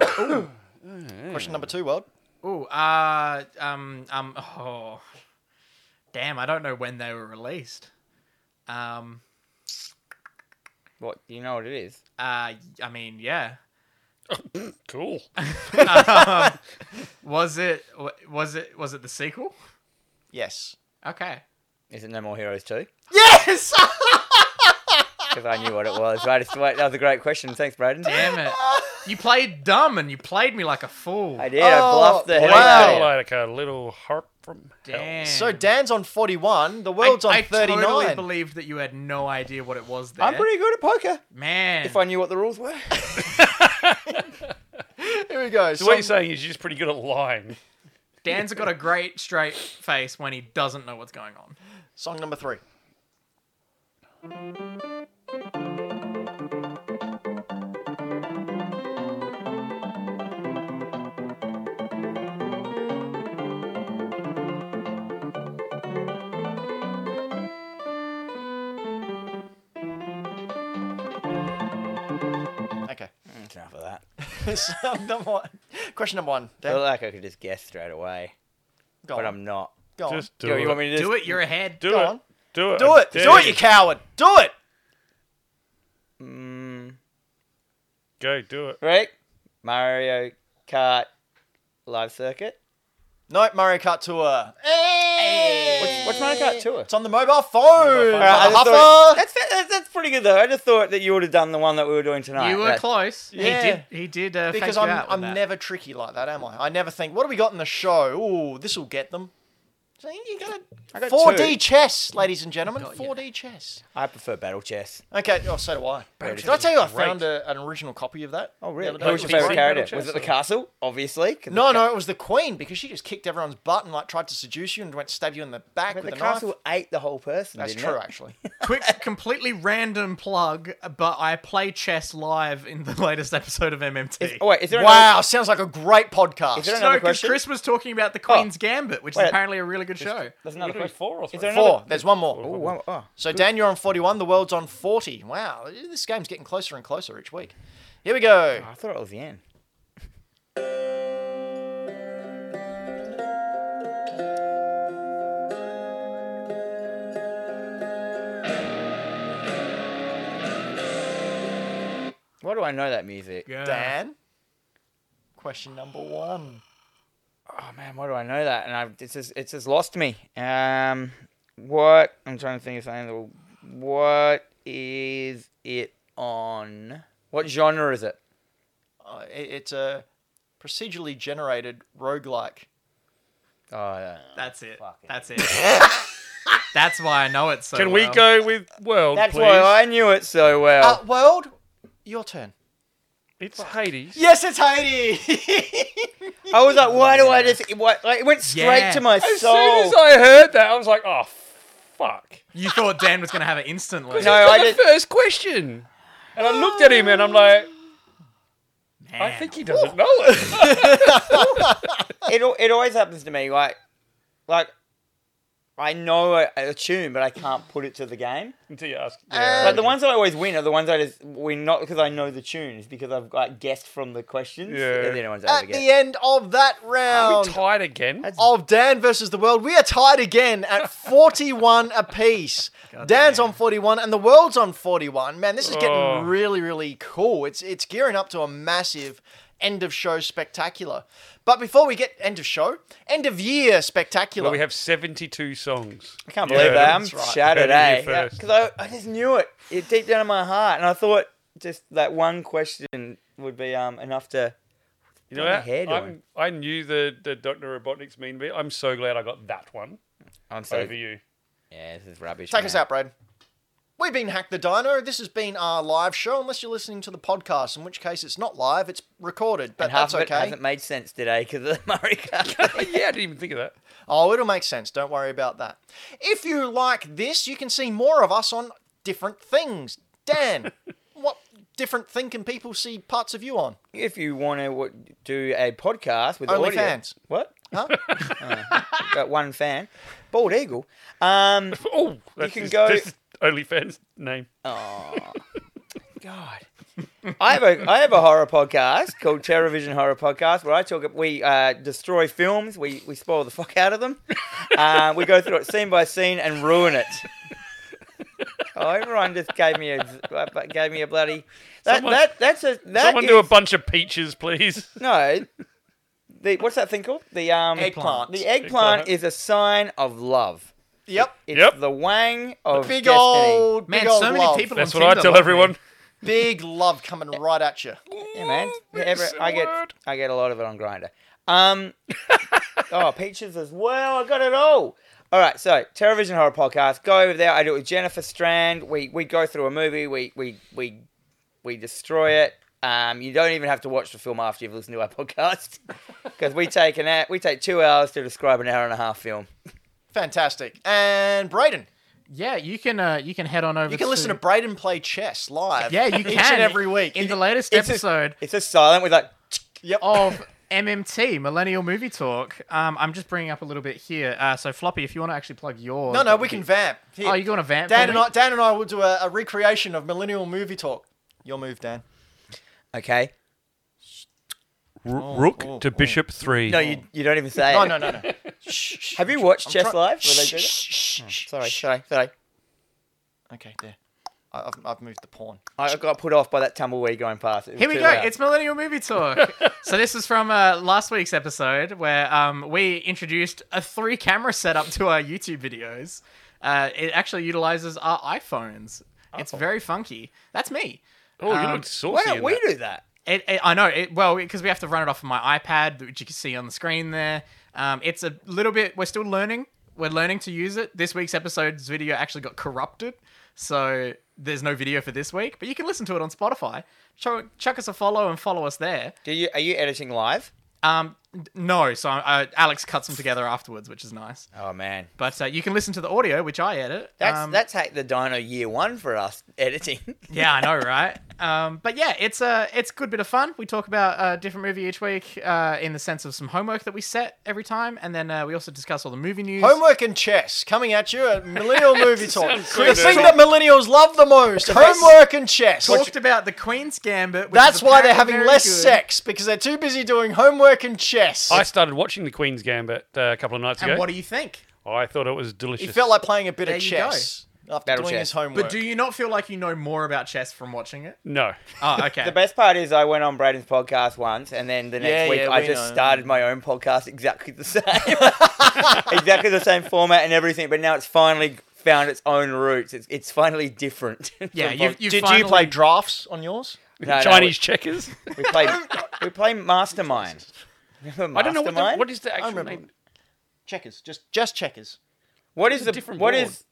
Speaker 1: Question number two, World.
Speaker 4: Ooh, uh, um, um, oh, damn! I don't know when they were released. Um,
Speaker 2: what? You know what it is?
Speaker 4: uh, I mean, yeah.
Speaker 3: Cool.
Speaker 4: Was it? wa- Was it? Was it the sequel?
Speaker 1: Yes.
Speaker 4: Okay.
Speaker 2: Is it No More Heroes Two?
Speaker 4: Yes!
Speaker 2: Because I knew what it was. Right, it's, right, that was a great question. Thanks, Braden.
Speaker 4: damn it! You played dumb and you played me like a fool.
Speaker 2: I did. I
Speaker 1: Oh,
Speaker 2: bluffed the hell out of
Speaker 1: wow.
Speaker 2: you.
Speaker 3: like a little harp from hell.
Speaker 4: Damn.
Speaker 1: So Dan's on 41. The
Speaker 4: I-
Speaker 1: world's on
Speaker 4: I
Speaker 1: 39.
Speaker 4: totally believed that you had no idea what it was. There,
Speaker 2: I'm pretty good at poker.
Speaker 4: man.
Speaker 2: If I knew what the rules were.
Speaker 1: Here we go.
Speaker 3: So what you're
Speaker 1: Some-
Speaker 3: saying is you're just pretty good at lying.
Speaker 4: Dan's got a great straight face when he doesn't know what's going on.
Speaker 1: song number three. Okay.
Speaker 2: That's enough of that.
Speaker 1: Song number one. Question number one.
Speaker 2: I
Speaker 1: Dan,
Speaker 2: feel like I could just guess straight away,
Speaker 1: go
Speaker 2: but
Speaker 1: on.
Speaker 2: I'm not.
Speaker 1: go on.
Speaker 3: Just do,
Speaker 2: Do
Speaker 3: it.
Speaker 2: you want me to just
Speaker 4: Do it. You're ahead.
Speaker 3: do
Speaker 1: Go
Speaker 3: it.
Speaker 1: on.
Speaker 3: Do it.
Speaker 1: do
Speaker 3: I
Speaker 1: it.
Speaker 3: dare
Speaker 1: Do it, you coward. Do it.
Speaker 3: Go do it.
Speaker 2: Mm. Right? Mario Kart live circuit.
Speaker 1: No, Mario Kart Tour.
Speaker 2: What's, what's Mario Kart tour?
Speaker 1: It's on the mobile phone.
Speaker 2: Alright, I just
Speaker 1: Huffer.
Speaker 2: thought- that's, that's that's pretty good though. I just thought that you would have done the one that we were doing tonight.
Speaker 4: You were
Speaker 2: That-
Speaker 4: close.
Speaker 1: Yeah.
Speaker 4: He did. He did. Uh,
Speaker 1: because
Speaker 4: fake
Speaker 1: I'm
Speaker 4: you out with
Speaker 1: I'm
Speaker 4: that.
Speaker 1: never tricky like that, am I? I never think, what do we got in the show? Ooh, this will get them. So you got
Speaker 2: got
Speaker 1: 4D
Speaker 2: two.
Speaker 1: chess, ladies and gentlemen. 4D chess.
Speaker 2: I prefer Battle Chess.
Speaker 1: Okay, oh, so do I.
Speaker 2: Battle
Speaker 1: Did I tell you I
Speaker 3: Great.
Speaker 1: found a, an original copy of that?
Speaker 2: Oh
Speaker 1: the
Speaker 2: really?
Speaker 1: other
Speaker 2: Who was
Speaker 1: day?
Speaker 2: your
Speaker 3: Did you
Speaker 2: favorite
Speaker 3: see
Speaker 2: character?
Speaker 3: Battle
Speaker 2: Was it
Speaker 3: Chess
Speaker 2: the
Speaker 3: or-
Speaker 2: castle? Obviously. 'cause
Speaker 1: No,
Speaker 2: the
Speaker 1: no, it was the Queen because she just kicked everyone's butt and like tried to seduce you and went stab you in the back
Speaker 2: But
Speaker 1: with a
Speaker 2: the
Speaker 1: knife.
Speaker 2: castle ate the whole person.
Speaker 1: That's
Speaker 2: didn't
Speaker 1: true,
Speaker 2: It?
Speaker 1: actually.
Speaker 4: Quick, completely random plug, but I play chess live in the latest episode of MMT.
Speaker 2: Oh wait, is there
Speaker 1: wow,
Speaker 2: another-
Speaker 1: sounds like a great podcast.
Speaker 2: Is there
Speaker 4: no,
Speaker 2: another
Speaker 4: because
Speaker 2: question?
Speaker 4: Chris was talking about the Queen's
Speaker 1: Oh.
Speaker 4: Gambit, which
Speaker 2: Wait.
Speaker 4: is apparently a really good show.
Speaker 2: There's
Speaker 3: We're
Speaker 2: another
Speaker 3: doing
Speaker 2: question.
Speaker 3: four or
Speaker 2: Is there
Speaker 1: Four.
Speaker 2: another?
Speaker 1: There's one more.
Speaker 2: Oh, one- oh.
Speaker 1: So Dan, you're on 41. The world's on 40. Wow, this game's getting closer and closer each week. Here we go.
Speaker 2: I thought it was the end. Why do I know that music?
Speaker 4: Yeah.
Speaker 1: Dan, question number one.
Speaker 2: Oh man, why do I know that? And I it's just it's just lost me. Um, what I'm trying to think of something. That will, what is it on? What genre is it?
Speaker 1: Uh, it- it's a procedurally generated roguelike.
Speaker 2: Oh, I don't know.
Speaker 4: That's it.
Speaker 2: Fuck it.
Speaker 4: That's it. That's why I know it so
Speaker 3: Can we
Speaker 4: well.
Speaker 3: go with world,
Speaker 2: that's
Speaker 3: please?
Speaker 2: why I knew it so well.
Speaker 1: Uh, world, your turn.
Speaker 3: It's Hades.
Speaker 1: Yes, it's Heidi.
Speaker 2: I was like, why do I just? What? Like, it went straight
Speaker 4: Yeah.
Speaker 2: to my
Speaker 3: As
Speaker 2: soul.
Speaker 3: soon as I heard that, I was like, oh, fuck.
Speaker 4: You thought Dan was going to have it instantly.
Speaker 2: No,
Speaker 4: No.
Speaker 2: I
Speaker 3: the
Speaker 2: just.
Speaker 3: first question. And I looked at him and I'm like, I think he doesn't know it.
Speaker 2: It, al- it always happens to me. Like, like I know a, a tune, but I can't put it to the game.
Speaker 3: until you ask.
Speaker 2: But the ones that I always win are the ones I just win not because I know the tune, it's because I've got guessed from the questions.
Speaker 3: Yeah.
Speaker 2: They're the only ones I ever
Speaker 1: At
Speaker 2: get.
Speaker 1: the end of that
Speaker 3: Are
Speaker 1: round
Speaker 3: we tied again?
Speaker 1: of Dan versus the world, we are tied again at 41 apiece. Dan's on 41 and the world's on 41. Man, this is getting
Speaker 3: Oh.
Speaker 1: really, really cool. It's it's gearing up to a massive end of show spectacular. But before we get end of show, end of year spectacular.
Speaker 3: Well, we have 72 songs.
Speaker 2: I can't believe that. I'm
Speaker 1: that's right.
Speaker 2: shattered,
Speaker 3: Heard
Speaker 2: eh?
Speaker 3: it here first.
Speaker 2: Because I, I just knew it. It deep down in my heart, and I thought just that one question would be um enough to.
Speaker 3: You know
Speaker 2: Bloody
Speaker 3: what?
Speaker 2: hair
Speaker 3: I'm-
Speaker 2: doing.
Speaker 3: I knew the, the Dr. Robotnik's mean bit. I'm so glad I got that one
Speaker 2: I'm so
Speaker 3: over you.
Speaker 2: yeah, this is rubbish.
Speaker 1: Take
Speaker 2: man.
Speaker 1: us out, Brad. We've been Hack the Dino. This has been our live show, unless you're listening to the podcast, in which case it's not live, it's recorded, but
Speaker 2: And half
Speaker 1: that's
Speaker 2: of it
Speaker 1: okay.
Speaker 2: hasn't made sense today because of the Murray card.
Speaker 3: Oh, yeah, I didn't even think of that.
Speaker 1: Oh, it'll make sense. Don't worry about that. If you like this, you can see more of us on different things. Dan, what different thing can people see parts of you on?
Speaker 2: if you want to do a podcast with
Speaker 1: Only
Speaker 2: audio,
Speaker 1: fans.
Speaker 2: what?
Speaker 1: Huh?
Speaker 2: Got one fan, Bald Eagle. Um,
Speaker 3: Oh, that's
Speaker 2: can
Speaker 3: his-
Speaker 2: go-
Speaker 3: that's his OnlyFans name.
Speaker 2: God. I have a I have a horror podcast called Terrorvision Horror Podcast where I talk ab- we uh, destroy films we we spoil the fuck out of them uh, we go through it scene by scene and ruin it. Oh, everyone just gave me a gave me a bloody that
Speaker 3: Someone-
Speaker 2: that that's a that
Speaker 3: Someone do a
Speaker 2: is-
Speaker 3: bunch of peaches, please.
Speaker 2: no. The, what's that thing called? The um
Speaker 1: Eggplant.
Speaker 2: The
Speaker 3: Eggplant.
Speaker 2: eggplant is a sign of love.
Speaker 1: Yep.
Speaker 2: It's
Speaker 3: Yep.
Speaker 2: the wang of
Speaker 1: Big
Speaker 2: destiny.
Speaker 1: old,
Speaker 4: Man,
Speaker 1: big old
Speaker 4: so many
Speaker 1: love.
Speaker 4: people-
Speaker 3: That's
Speaker 4: On
Speaker 3: what I
Speaker 4: Tinder,
Speaker 3: tell
Speaker 4: like
Speaker 3: everyone.
Speaker 1: Big love coming right at you.
Speaker 2: Yeah, man.
Speaker 3: Ooh,
Speaker 2: Every-
Speaker 3: it's a
Speaker 2: I get
Speaker 3: word.
Speaker 2: I get a lot of it on Grinder. Um, oh, peaches as well. I got it all. All right, so Television Horror Podcast. Go over there. I do it with Jennifer Strand. We we go through a movie. We we we we destroy it. Um, you don't even have to watch the film after you've listened to our podcast because we take an hour, we take two hours to describe an hour and a half film.
Speaker 1: Fantastic. And Brayden.
Speaker 4: Yeah, you can uh, you can head on over.
Speaker 1: You can listen to Brayden play chess live.
Speaker 4: Yeah, you
Speaker 1: each
Speaker 4: can
Speaker 1: and every week.
Speaker 4: in the latest
Speaker 2: It's a-
Speaker 4: episode
Speaker 2: It's just silent. We're like,
Speaker 1: Yep.
Speaker 4: of MMT Millennial Movie Talk. Um, I'm just bringing up a little bit here. Uh, so Floppy, if you want to actually plug yours,
Speaker 1: no, no,
Speaker 4: that'd
Speaker 1: we
Speaker 4: be-
Speaker 1: can vamp. Here.
Speaker 4: Oh, you going to vamp?
Speaker 1: Dan
Speaker 4: for
Speaker 1: and
Speaker 4: me?
Speaker 1: I, Dan and I will do a, a recreation of Millennial Movie Talk. Your move, Dan.
Speaker 2: okay.
Speaker 3: Rook to Bishop 3.
Speaker 2: No, you, you don't even say.
Speaker 1: No,
Speaker 2: it.
Speaker 1: Oh, no, no, no.
Speaker 2: Have you watched Chess
Speaker 1: try-
Speaker 2: Live? Where they do that?
Speaker 1: Shh, shh,
Speaker 2: Sorry, sorry, sorry.
Speaker 1: Oh, Okay, there. I- I've, I've moved the pawn.
Speaker 2: I got put off by that tumbleweed going past. It was
Speaker 4: Here we
Speaker 2: too
Speaker 4: go.
Speaker 2: loud.
Speaker 4: It's Millennial Movie Talk. so this is from uh, last week's episode where um, we introduced a three camera setup to our YouTube videos. Uh, it actually utilizes our iPhones. It's very funky. That's me.
Speaker 3: oh, you
Speaker 4: um,
Speaker 3: look saucy.
Speaker 2: why
Speaker 3: in
Speaker 2: don't we
Speaker 3: that.
Speaker 2: do that?
Speaker 4: It, it, I know. It, well, because we have to run it off of my iPad, which you can see on the screen there. Um, it's a little bit. We're still learning. We're learning to use it. This week's episode's video actually got corrupted, so there's no video for this week. But you can listen to it on Spotify. Chuck, chuck us a follow and follow us there.
Speaker 2: Do you? Are you editing live?
Speaker 4: Um, n- no, so uh, Alex cuts them together afterwards, which is nice.
Speaker 2: Oh man,
Speaker 4: But uh, you can listen to the audio, which I edit.
Speaker 2: that's
Speaker 4: um,
Speaker 2: that's like the Dino year one for us editing.
Speaker 4: yeah, I know, right? Um, but yeah, it's a it's a good bit of fun. We talk about a different movie each week, uh, in the sense of some homework that we set every time, and then uh, we also discuss all the movie news.
Speaker 1: Homework and chess coming at you at Millennial Movie Talk.
Speaker 3: Sounds so
Speaker 1: The thing
Speaker 3: dirty.
Speaker 1: that millennials love the most homework and chess.
Speaker 4: Talked about the Queen's Gambit. which
Speaker 1: That's
Speaker 4: is
Speaker 1: why they're
Speaker 4: apparently
Speaker 1: having
Speaker 4: very
Speaker 1: less
Speaker 4: good.
Speaker 1: sex because they're too busy doing homework and chess.
Speaker 3: I started watching The Queen's Gambit uh, a couple of nights
Speaker 4: And
Speaker 3: ago.
Speaker 4: what do you think?
Speaker 3: I thought it was delicious.
Speaker 1: he felt like playing a bit
Speaker 4: There
Speaker 1: of
Speaker 4: you
Speaker 1: chess after
Speaker 2: Battle
Speaker 1: doing
Speaker 2: chess.
Speaker 1: his homework.
Speaker 4: But do you not feel like you know more about chess from watching it?
Speaker 3: No.
Speaker 4: Oh, okay.
Speaker 2: the best part is I went on Braden's podcast once, and then the next
Speaker 1: Yeah,
Speaker 2: week
Speaker 1: yeah,
Speaker 2: I
Speaker 1: we
Speaker 2: just
Speaker 1: know.
Speaker 2: started my own podcast exactly the same, exactly the same format and everything. But now it's finally found its own roots. It's it's finally different.
Speaker 4: yeah,
Speaker 2: from
Speaker 4: you
Speaker 2: pod-
Speaker 4: you
Speaker 1: Did
Speaker 4: finally...
Speaker 1: you play drafts on yours?
Speaker 2: No, no,
Speaker 3: Chinese checkers.
Speaker 2: we, we play we play Mastermind. Remember
Speaker 3: I don't know what, the,
Speaker 2: Mastermind?
Speaker 3: what is the actual
Speaker 1: remember.
Speaker 3: name.
Speaker 1: Checkers, just just checkers.
Speaker 2: What is
Speaker 3: a
Speaker 2: the
Speaker 3: different
Speaker 2: what
Speaker 3: board.
Speaker 2: is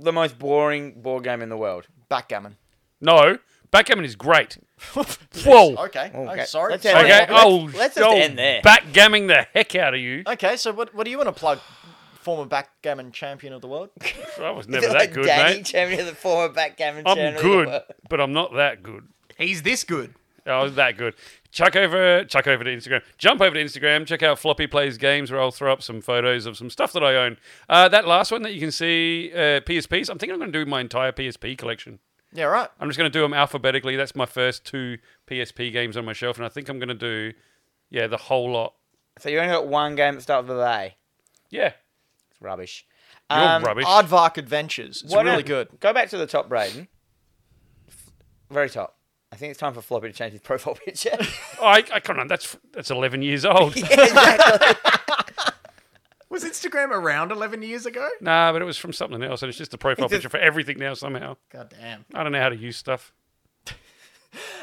Speaker 2: the most boring board game in the world?
Speaker 1: Backgammon.
Speaker 3: No, backgammon is great. Whoa.
Speaker 1: Okay.
Speaker 2: Okay.
Speaker 1: Oh, sorry. sorry.
Speaker 2: Let's end
Speaker 3: Okay,
Speaker 2: Let's-
Speaker 4: Oh.
Speaker 3: I'll,
Speaker 2: let's just
Speaker 3: I'll
Speaker 2: end there.
Speaker 3: backgamming the heck out of you.
Speaker 1: Okay, so what, what do you want to plug? Former backgammon champion of the world.
Speaker 3: I was never
Speaker 2: like
Speaker 3: that good,
Speaker 2: Danny,
Speaker 3: mate.
Speaker 2: Chairman of the former backgammon
Speaker 3: I'm
Speaker 2: channel.
Speaker 3: good, but I'm not that good.
Speaker 4: He's this good.
Speaker 3: I was that good. chuck over, chuck over to Instagram. Jump over to Instagram. Check out Floppy Plays Games, where I'll throw up some photos of some stuff that I own. Uh, that last one that you can see, uh, PSPs. I'm thinking I'm going to do my entire PSP collection.
Speaker 1: Yeah, right.
Speaker 3: I'm just going to do them alphabetically. That's my first two PSP games on my shelf, and I think I'm going to do, yeah, the whole lot.
Speaker 2: So you only got one game that starts with A.
Speaker 3: Yeah,
Speaker 2: It's rubbish.
Speaker 3: you're
Speaker 2: Um,
Speaker 3: rubbish.
Speaker 1: Aardvark Adventures. It's
Speaker 2: Why
Speaker 1: really
Speaker 2: don't-
Speaker 1: good.
Speaker 2: Go back to the top, Braden. F- Very top. I think it's time for Floppy to change his profile picture.
Speaker 3: Oh, I, I can't. That's that's 11 years old.
Speaker 4: Was Instagram around 11 years ago?
Speaker 3: Nah, but it was from something else, and it's just the profile
Speaker 2: It's just-
Speaker 3: picture for everything now somehow.
Speaker 1: God damn.
Speaker 3: I don't know how to use stuff.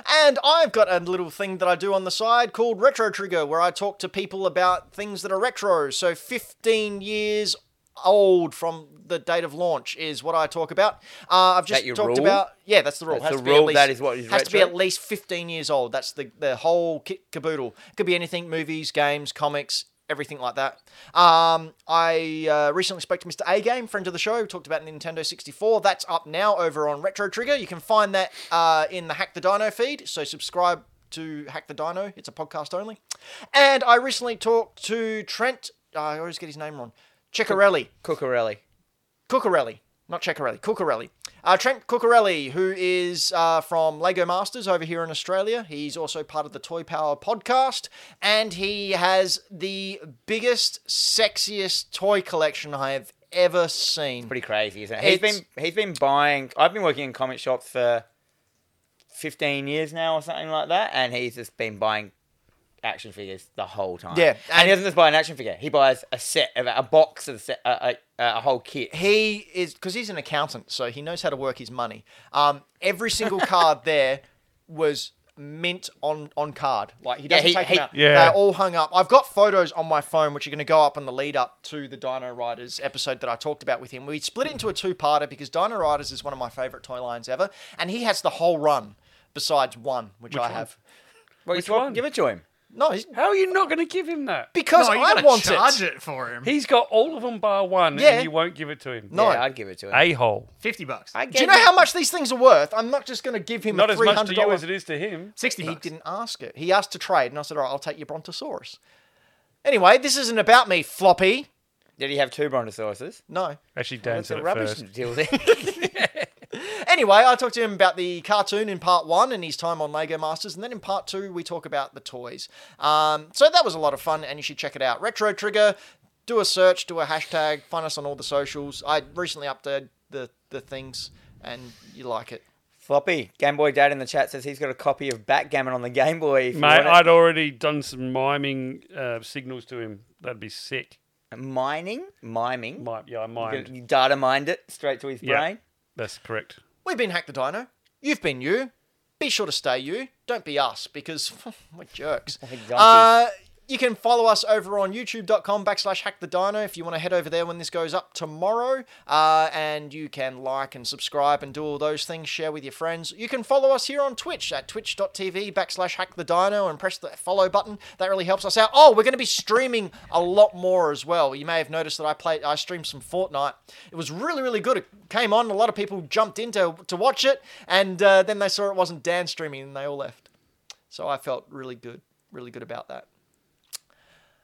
Speaker 1: And I've got a little thing that I do on the side called Retro Trigger, where I talk to people about things that are retro. So 15 years old from the date of launch is what I talk about. Uh, I've just
Speaker 2: your
Speaker 1: talked
Speaker 2: rule?
Speaker 1: about. Yeah, that's the rule.
Speaker 2: That's
Speaker 1: Has
Speaker 2: the
Speaker 1: to be at
Speaker 2: rule,
Speaker 1: least-
Speaker 2: that is what is
Speaker 1: has to be
Speaker 2: retro?
Speaker 1: at least 15 years old. That's the the whole kit caboodle. It could be anything: movies, games, comics. Everything like that. Um, I uh, recently spoke to Mr. A Game, friend of the show. We talked about Nintendo 64. That's up now over on Retro Trigger. You can find that uh, in the Hack the Dino feed. So subscribe to Hack the Dino. It's a podcast only. And I recently talked to Trent. uh, I always get his name wrong. Ceccarelli.
Speaker 2: Cucurelli.
Speaker 1: Cucurelli, not Ceccarelli, Cucurelli. Uh, Trent Cucurelli, who is uh, from Lego Masters over here in Australia. He's also part of the Toy Power podcast, and he has the biggest, sexiest toy collection I have ever seen.
Speaker 2: Pretty crazy, isn't it? He's
Speaker 1: It's-
Speaker 2: been he's been buying. I've been working in comic shops for fifteen years now, or something like that, and he's just been buying action figures the whole time.
Speaker 1: Yeah,
Speaker 2: and, he doesn't just buy an action figure; he buys a set of a box of set, a, a, a whole kit.
Speaker 1: he is because he's an accountant, so he knows how to work his money. Um, every single card there was mint on on card. Like he
Speaker 2: Yeah,
Speaker 1: doesn't
Speaker 2: he-
Speaker 1: take
Speaker 2: he-
Speaker 1: them out.
Speaker 3: Yeah.
Speaker 1: They're all hung up. I've got photos on my phone which are going to go up on the lead up to the Dino Riders episode that I talked about with him. We split it into a two parter because Dino Riders is one of my favorite toy lines ever, and he has the whole run besides one which, I have.
Speaker 2: Well,
Speaker 3: Which
Speaker 2: you swap-
Speaker 3: one?
Speaker 2: Give it to him.
Speaker 1: No, he's,
Speaker 3: How are you not going to give him that?
Speaker 1: because
Speaker 4: no, you
Speaker 1: I
Speaker 4: gotta
Speaker 1: want
Speaker 4: charge
Speaker 1: it.
Speaker 4: it. for him.
Speaker 3: He's got all of them bar one,
Speaker 1: Yeah.
Speaker 3: and you won't give it to him.
Speaker 1: No.
Speaker 2: Yeah, I'd give it to him.
Speaker 3: A hole.
Speaker 4: 50 bucks.
Speaker 2: I'd
Speaker 1: Do you
Speaker 2: give
Speaker 1: know
Speaker 2: it-
Speaker 1: how much these things are worth? I'm not just going to give him
Speaker 3: Not
Speaker 1: a
Speaker 3: as much to you
Speaker 1: $300
Speaker 3: as it is to him.
Speaker 4: 60
Speaker 1: he
Speaker 4: bucks.
Speaker 1: didn't ask it. He asked to trade, and I said, "All right, I'll take your Brontosaurus." Anyway, this isn't about me, floppy.
Speaker 2: Did he have two brontosauruses?
Speaker 1: No.
Speaker 3: Actually, Dan
Speaker 2: That's
Speaker 3: said
Speaker 2: a
Speaker 3: it
Speaker 2: rubbish
Speaker 3: first.
Speaker 2: deal there.
Speaker 1: Anyway, I talked to him about the cartoon in part one and his time on Lego Masters, and then in part two we talk about the toys. Um, so that was a lot of fun, and you should check it out. Retro Trigger. Do a search, do a hashtag, find us on all the socials. I recently updated the the things, and you like it.
Speaker 2: Floppy Game Boy Dad in the chat says he's got a copy of Backgammon on the Game Boy. If you
Speaker 3: Mate,
Speaker 2: want it.
Speaker 3: I'd already done some miming uh, signals to him. That'd be sick.
Speaker 2: mining, miming.
Speaker 3: Might, yeah, I
Speaker 2: You
Speaker 3: mimed.
Speaker 2: can- you data mined it straight to his
Speaker 3: Yeah.
Speaker 2: brain.
Speaker 3: That's correct.
Speaker 1: We've been Hack the Dino. You've been you. Be sure to stay you. Don't be us because we're jerks.
Speaker 2: Donkeys.
Speaker 1: uh, you can follow us over on youtube.com backslash hack the dino if you want to head over there when this goes up tomorrow. Uh, and you can like and subscribe and do all those things, share with your friends. You can follow us here on Twitch at twitch.tv backslash hack the dino and press the follow button. That really helps us out. Oh, we're going to be streaming a lot more as well. You may have noticed that I played, I streamed some Fortnite. It was really, really good. It came on, a lot of people jumped in to, to watch it, and uh, then they saw it wasn't Dan streaming and they all left. So I felt really good, really good about that.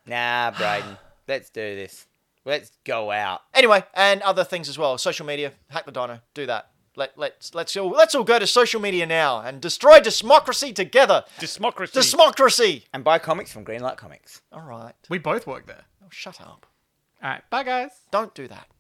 Speaker 2: Nah, Braden. let's do this. Let's go out.
Speaker 1: Anyway, and other things as well. Social media, hack the dino, do that. Let let's let's all let's all go to social media now and destroy democracy together.
Speaker 3: Dismocracy.
Speaker 1: Democracy.
Speaker 2: And buy comics from Greenlight Comics.
Speaker 1: All right.
Speaker 4: we both work there.
Speaker 1: Oh, shut up.
Speaker 4: All right. Bye, guys.
Speaker 1: Don't do that.